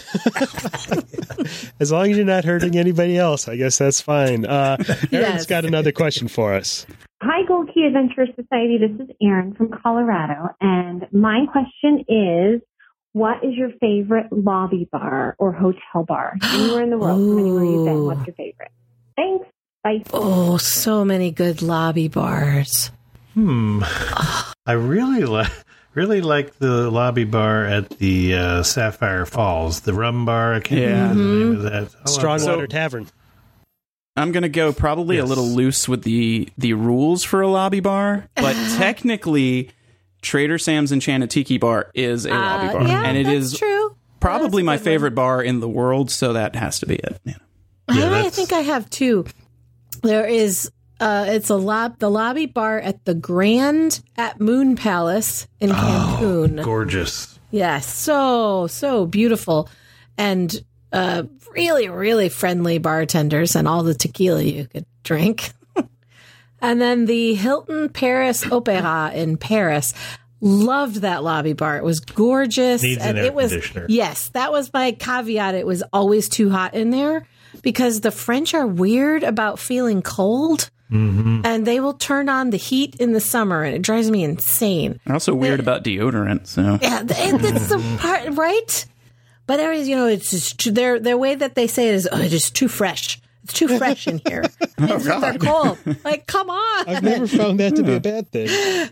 S1: As long as you're not hurting anybody else, I guess that's fine. Uh, Erin's
S5: Yes.
S1: got another question for us.
S9: Hi, Gold Key Adventure Society. This is Erin from Colorado, and my question is, what is your favorite lobby bar or hotel bar anywhere in the world? From anywhere you've been, what's your favorite? Thanks. Bye.
S5: Oh, so many good lobby bars.
S6: Hmm. I really like really like the lobby bar at the uh, Sapphire Falls, the rum bar. I can't
S4: Yeah. Mm-hmm.
S6: remember the name of that. I love
S1: Strongwater
S6: that.
S1: Tavern.
S4: I'm gonna go probably a
S6: Yes.
S4: little loose with the the rules for a lobby bar, but technically, Trader Sam's Enchanted Tiki Bar is a lobby bar,
S5: Uh, yeah,
S4: and it
S5: that's
S4: is
S5: true.
S4: probably
S5: That's a
S4: my
S5: good one.
S4: favorite bar in the world. So that has to be it. Yeah.
S5: I
S6: that's-
S5: think I have two. There is uh it's a lob the lobby bar at the Grand at Moon Palace in Cancun.
S6: Gorgeous.
S5: Yeah, so so beautiful, and uh, really really friendly bartenders and all the tequila you could drink. and then the Hilton Paris Opera in Paris. Loved that lobby bar. It was gorgeous.
S6: Needs an
S5: and
S6: air
S5: it was
S6: conditioner.
S5: yes, that was my caveat. It was always too hot in there because the French are weird about feeling cold.
S6: Mm-hmm.
S5: And they will turn on the heat in the summer, and it drives me insane.
S4: I'm also weird about deodorant. So
S5: Yeah, th- it- that's the part, right? But there is, you know, it's just too, their their way that they say it is, oh, it is too fresh. It's too fresh in here. It's
S4: Oh,
S5: they're cold. Like, come on.
S1: I've never found that to
S6: Hmm.
S1: be a bad thing.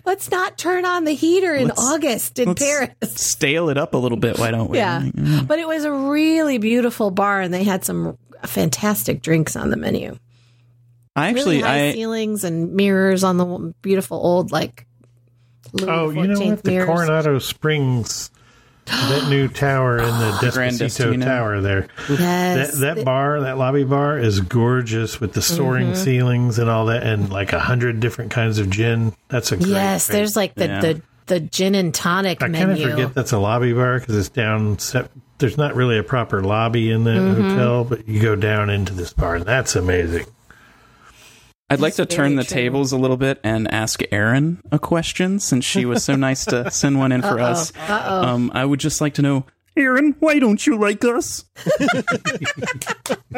S5: Let's not turn on the heater in
S4: Let's-
S5: August in
S4: let's
S5: Paris.
S4: Stale it up a little bit, why don't we?
S5: Yeah.
S4: Like, mm.
S5: But it was a really beautiful bar and they had some fantastic drinks on the menu.
S4: I actually
S5: really high
S4: I
S5: ceilings and mirrors on the w- beautiful old like Louis
S6: Oh, you know
S5: 14th
S6: what? The
S5: mirrors.
S6: Coronado Springs, that new tower in the Despacito
S4: Grandestino.
S6: Tower there.
S5: Yes.
S6: That, that bar, that lobby bar, is gorgeous with the soaring
S5: Mm-hmm.
S6: ceilings and all that, and like a hundred different kinds of gin. That's a great
S5: yes,
S6: great-
S5: there's like the,
S4: Yeah.
S5: the the gin and tonic
S6: I kind of
S5: menu.
S6: forget that's a lobby bar because it's down. Set, there's not really a proper lobby in that
S5: Mm-hmm.
S6: hotel, but you go down into this bar, and that's amazing.
S4: I'd like to
S5: That's
S4: turn
S5: very
S4: the
S5: true.
S4: tables a little bit and ask Erin a question since she was so nice to send one in for us. Um, I would just like to know, Erin, why don't you like us?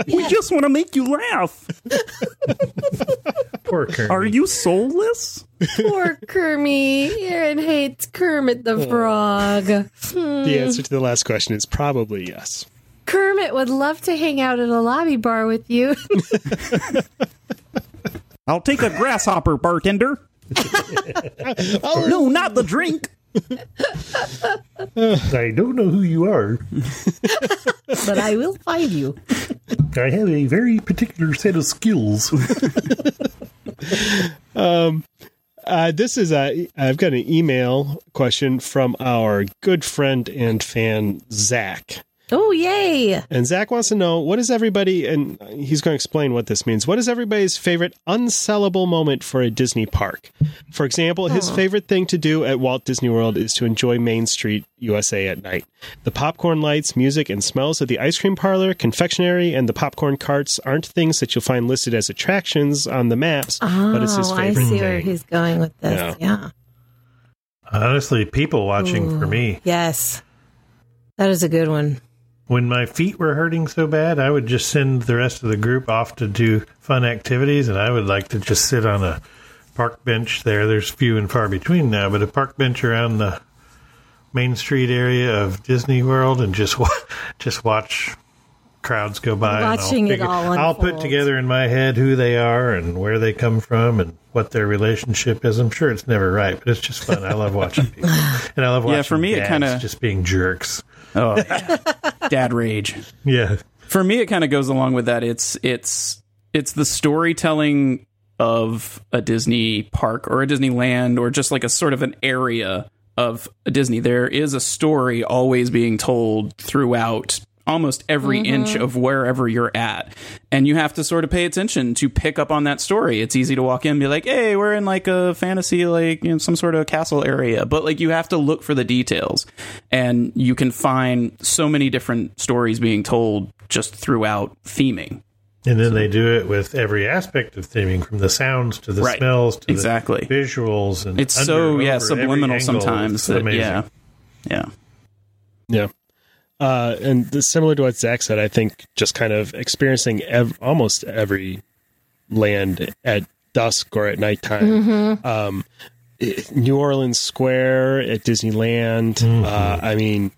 S4: We just want to make you laugh.
S6: Poor Kearney.
S4: Are you soulless?
S5: Poor Kermit. Aaron hates Kermit the Frog.
S1: The answer to the last question is probably yes.
S5: Kermit would love to hang out at a lobby bar with you.
S4: I'll take a grasshopper, bartender. no, not the drink.
S6: I don't know who you are.
S5: but I will find you.
S6: I have a very particular set of skills.
S1: Uh, this is a. I've got an email question from our good friend and fan Zach,
S5: Oh, yay.
S1: and Zach wants to know what is everybody, and he's going to explain what this means. What is everybody's favorite unsellable moment for a Disney park? For example, his favorite thing to do at Walt Disney World is to enjoy Main Street USA at night. The popcorn lights, music, and smells of the ice cream parlor, confectionery, and the popcorn carts aren't things that you'll find listed as attractions on the maps, but it's his
S5: Oh, I
S1: favorite
S5: see
S1: thing.
S5: where he's going with this.
S1: Yeah.
S5: yeah.
S6: Honestly, people watching for me.
S5: Yes. That is a good one.
S6: When my feet were hurting so bad, I would just send the rest of the group off to do fun activities, and I would like to just sit on a park bench there. There's few and far between now, but a park bench around the Main Street area of Disney World and just wa- just watch crowds go by. and I'll
S5: Watching it
S6: figure-
S5: all
S6: I'll put
S5: unfold.
S6: together in my head who they are and where they come from and what their relationship is. I'm sure it's never right, but it's just fun. I love watching people, and I love watching
S4: Yeah, for me, it
S6: dads
S4: kinda-
S6: just being jerks.
S4: Oh, dad rage.
S6: Yeah.
S4: for me it kind of goes along with that it's it's it's the storytelling of a disney park or a disneyland or just like a sort of an area of disney there is a story always being told throughout almost every inch of wherever you're at and you have to sort of pay attention to pick up on that story it's easy to walk in and be like hey we're in like a fantasy like you know some sort of castle area but like you have to look for the details and you can find so many different stories being told just throughout theming
S6: And then they do it with every aspect of theming, from the sounds to the
S4: Right.
S6: smells to
S4: Exactly.
S6: the visuals, and
S4: it's so
S6: under,
S4: yeah
S6: over, every
S4: subliminal
S6: angle.
S4: sometimes
S6: It's
S4: that,
S6: amazing.
S4: yeah yeah
S1: Yeah. Uh, and the, similar to what Zach said, I think just kind of experiencing ev- almost every land at dusk or at nighttime. Um, i- New Orleans Square at Disneyland. Uh, I mean,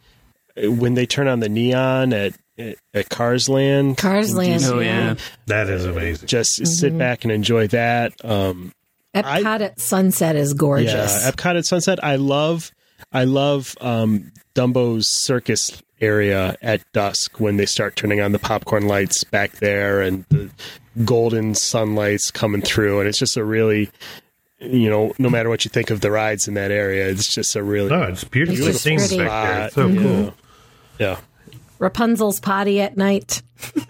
S1: when they turn on the neon at at, at Cars Land,
S5: Cars Land.
S4: oh yeah
S6: that is amazing.
S1: just sit back and enjoy that. Um, I-
S5: Epcot at sunset is gorgeous.
S1: yeah, Epcot at sunset. I love, I love um, Dumbo's circus area at dusk when they start turning on the popcorn lights back there and the golden sunlights coming through, and it's just a really, you know, no matter what you think of the rides in that area, it's just a really
S6: No, it's beautiful
S5: It's just
S6: scenes
S5: pretty.
S6: back there. It's
S1: spot.
S6: so
S1: yeah.
S6: cool.
S1: Yeah,
S5: Rapunzel's potty at night.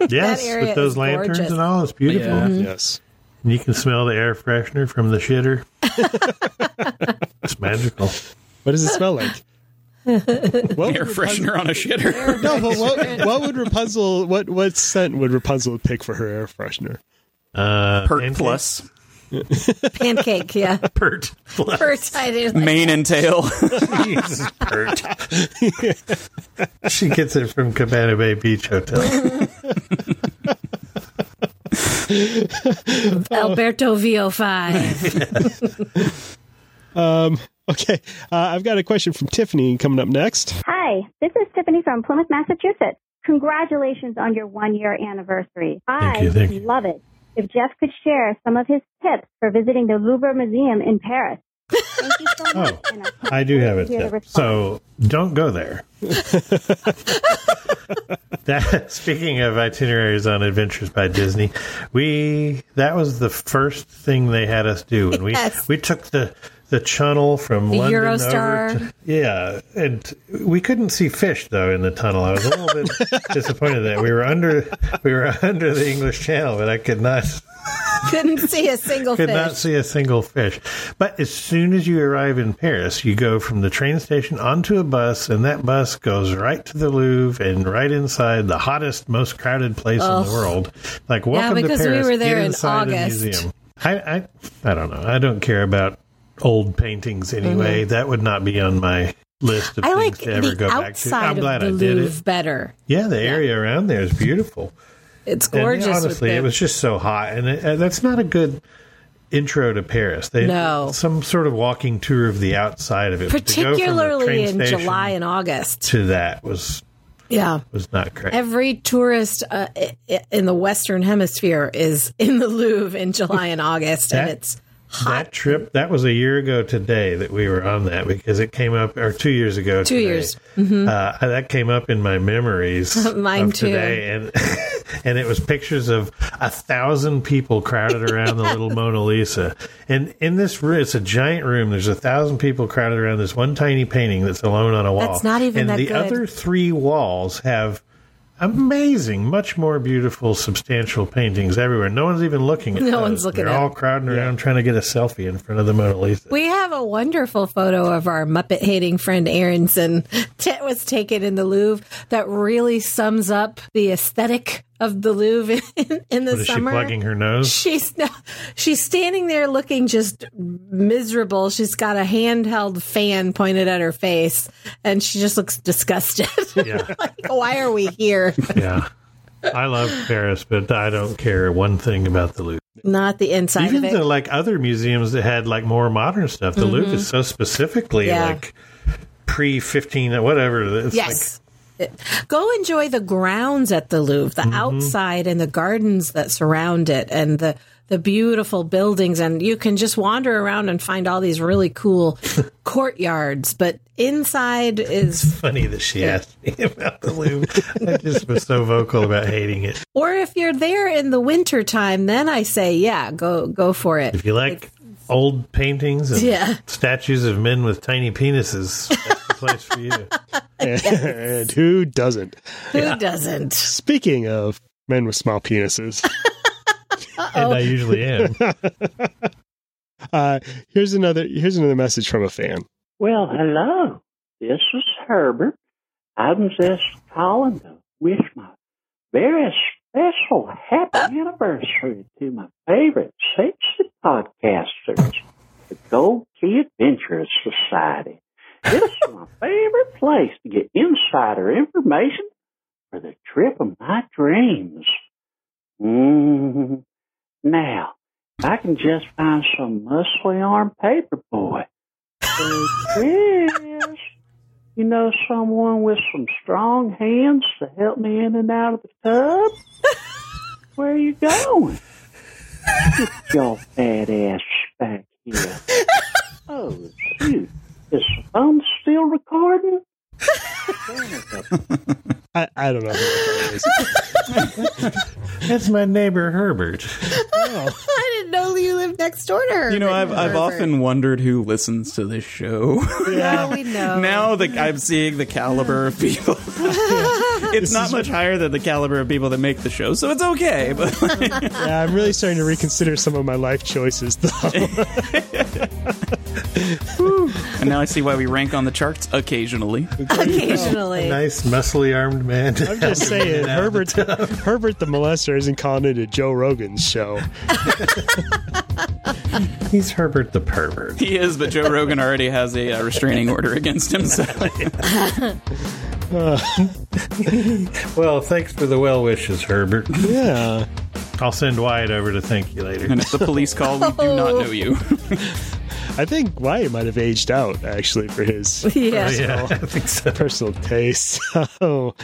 S6: Yes,
S5: area
S6: with those
S5: is
S6: lanterns
S5: gorgeous.
S6: and all, it's beautiful.
S4: Yeah.
S1: yes.
S6: And you can smell the air freshener from the shitter. it's magical.
S1: What does it smell like? What
S4: air
S1: would
S4: freshener on a shitter
S1: Rapunzel- No, but what, what would Rapunzel? What what scent would Rapunzel pick for her air freshener?
S6: Uh,
S4: pert
S6: and-
S4: plus
S5: Pancake, yeah.
S6: Pert. plus.
S5: First I did
S4: mane and tail
S6: Jesus, Pert. she gets it from Cabana Bay Beach Hotel.
S5: Alberto VO5.
S1: Okay, uh, I've got a question from Tiffany coming up next.
S9: Hi, this is Tiffany from Plymouth, Massachusetts.
S12: congratulations on your one year anniversary.
S6: Thank
S12: I
S6: you, thank you.
S12: love it. If Jeff could share some of his tips for visiting the Louvre Museum in Paris. Thank you so much.
S6: Oh, I do have a
S12: Hear the
S6: tip.
S12: response.
S6: So don't go there. that, speaking of itineraries on Adventures by Disney, we that was the first thing they had us do, and we
S5: Yes.
S6: we took the the channel from
S5: The
S6: London
S5: Eurostar.
S6: over to yeah, and we couldn't see fish though in the tunnel. I was a little bit disappointed that we were under we were under the English Channel, but I could not
S5: Couldn't see a single
S6: could
S5: fish.
S6: not see a single fish. But as soon as you arrive in Paris, you go from the train station onto a bus, and that bus goes right to the Louvre and right inside the hottest, most crowded place in
S5: Ugh.
S6: the world. Like welcome
S5: because
S6: to
S5: we
S6: Paris.
S5: were there
S6: Get
S5: in
S6: inside a
S5: August.
S6: museum. I, I I don't know. I don't care about old paintings anyway. That would not be on my list of
S5: Mm-hmm. I
S6: things
S5: like
S6: to ever
S5: the
S6: go back to.
S5: outside
S6: I'm
S5: of
S6: glad
S5: the
S6: I did
S5: Louvre
S6: it.
S5: better.
S6: Yeah, the area around there is beautiful.
S5: It's
S6: And
S5: gorgeous. with
S6: honestly,
S5: the-
S6: it was just so hot, and it, uh, that's not a good intro to Paris. They,
S5: No.
S6: some sort of walking tour of the outside of it, but to go from the
S5: particularly
S6: train
S5: in
S6: station
S5: July and August.
S6: To that was
S5: Yeah.
S6: was not great.
S5: Every tourist uh, i- i- in the Western Hemisphere is in the Louvre in July and August, and
S6: That-
S5: it's
S6: that trip that was a year ago today that we were on that because it came up or two years ago.
S5: Two
S6: today.
S5: years. Mhm.
S6: Uh, that came up in my memories.
S5: Mine
S6: of
S5: too.
S6: Today and and it was pictures of a thousand people crowded around the little Mona Lisa. And in this room, it's a giant room. There's a thousand people crowded around this one tiny painting that's alone on a wall.
S5: That's not even
S6: and
S5: that
S6: the
S5: good.
S6: other three walls have. Amazing, much more beautiful, substantial paintings everywhere. No one's even looking at
S5: No
S6: those.
S5: one's looking
S6: They're
S5: at
S6: all
S5: them.
S6: crowding around trying to get a selfie in front of the Mona Lisa.
S5: We have a wonderful photo of our Muppet hating friend Aronson that was taken in the Louvre that really sums up the aesthetic of the Louvre in, in the
S6: What is she
S5: summer.
S6: plugging her nose?
S5: She's no, she's standing there looking just miserable. She's got a handheld fan pointed at her face, and she just looks disgusted.
S6: Yeah.
S5: like, why are we here?
S6: yeah. I love Paris, but I don't care one thing about the Louvre.
S5: Not the inside
S6: Even
S5: of it.
S6: the like other museums that had like more modern stuff. The Louvre
S5: Mhm.
S6: is so specifically
S5: Yeah.
S6: like pre fifteen whatever. It's
S5: yes. It- Go enjoy the grounds at the Louvre,
S6: Mm-hmm.
S5: the outside and the gardens that surround it and the the beautiful buildings and you can just wander around and find all these really cool courtyards, but inside is
S6: like funny that she asked me about the Louvre. I just was so vocal about hating it.
S5: or if you're there in the winter time, then I say, yeah, go go for it.
S6: If you like old paintings and
S5: Yeah.
S6: statues of men with tiny penises, that's the place for you.
S1: and who doesn't?
S5: Who doesn't?
S1: Speaking of men with small penises,
S6: And I usually am.
S1: uh, here's another here's another message from a fan.
S13: Well, hello. This is Herbert. I was just calling to wish my very special happy anniversary to my favorite sexy podcasters, the Gold Key Adventurers Society. It's my favorite place to get insider information for the trip of my dreams. mm Now, if I can just find some muscly armed paperboy. Hey, Chris, you know someone with some strong hands to help me in and out of the tub? Where are you going? Get your fat ass back here. Oh, shoot. Is the phone still recording?
S1: I, I don't know. Who that
S6: That's my neighbor Herbert.
S5: I didn't know you lived next door to her.
S4: You know, I've I've
S5: Herbert.
S4: often wondered who listens to this show.
S5: Now we know.
S4: now that I'm seeing the caliber of people, it's not much higher than the caliber of people that make the show, so it's okay. But
S1: is. yeah, I'm really starting to reconsider some of my life choices, though.
S4: and now I see why we rank on the charts occasionally.
S5: Occasionally.
S6: Nice muscly armed man.
S1: I'm just saying, Herbert, Herbert the molester isn't calling it a Joe Rogan show.
S6: He's Herbert the pervert.
S4: He is, but Joe Rogan already has a uh, restraining order against him. So.
S6: Well, thanks for the well wishes, Herbert.
S1: Yeah.
S6: I'll send Wyatt over to thank you later.
S4: And if the police call, we do not know you.
S1: I think Wyatt might have aged out actually for his
S5: Yeah.
S1: personal,
S5: Yeah,
S1: personal taste. So,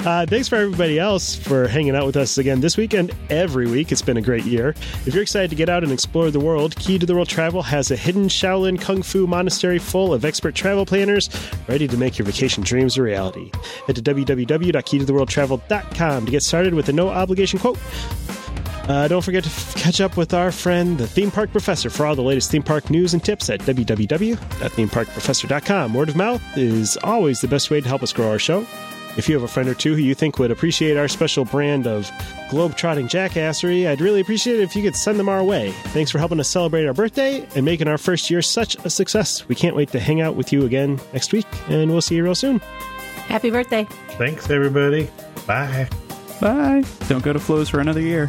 S1: uh, thanks for everybody else for hanging out with us again this week and every week. It's been a great year. If you're excited to get out and explore the world, Key to the World Travel has a hidden Shaolin Kung Fu monastery full of expert travel planners ready to make your vacation dreams a reality. Head to www.keytotheworldtravel.com to get started with a no obligation quote. Uh, don't forget to f- catch up with our friend, the Theme Park Professor, for all the latest theme park news and tips at www.themeparkprofessor.com. Word of mouth is always the best way to help us grow our show. If you have a friend or two who you think would appreciate our special brand of globe-trotting jackassery, I'd really appreciate it if you could send them our way. Thanks for helping us celebrate our birthday and making our first year such a success. We can't wait to hang out with you again next week, and we'll see you real soon.
S5: Happy birthday.
S6: Thanks, everybody. Bye.
S4: Bye. Don't go to Flo's for another year.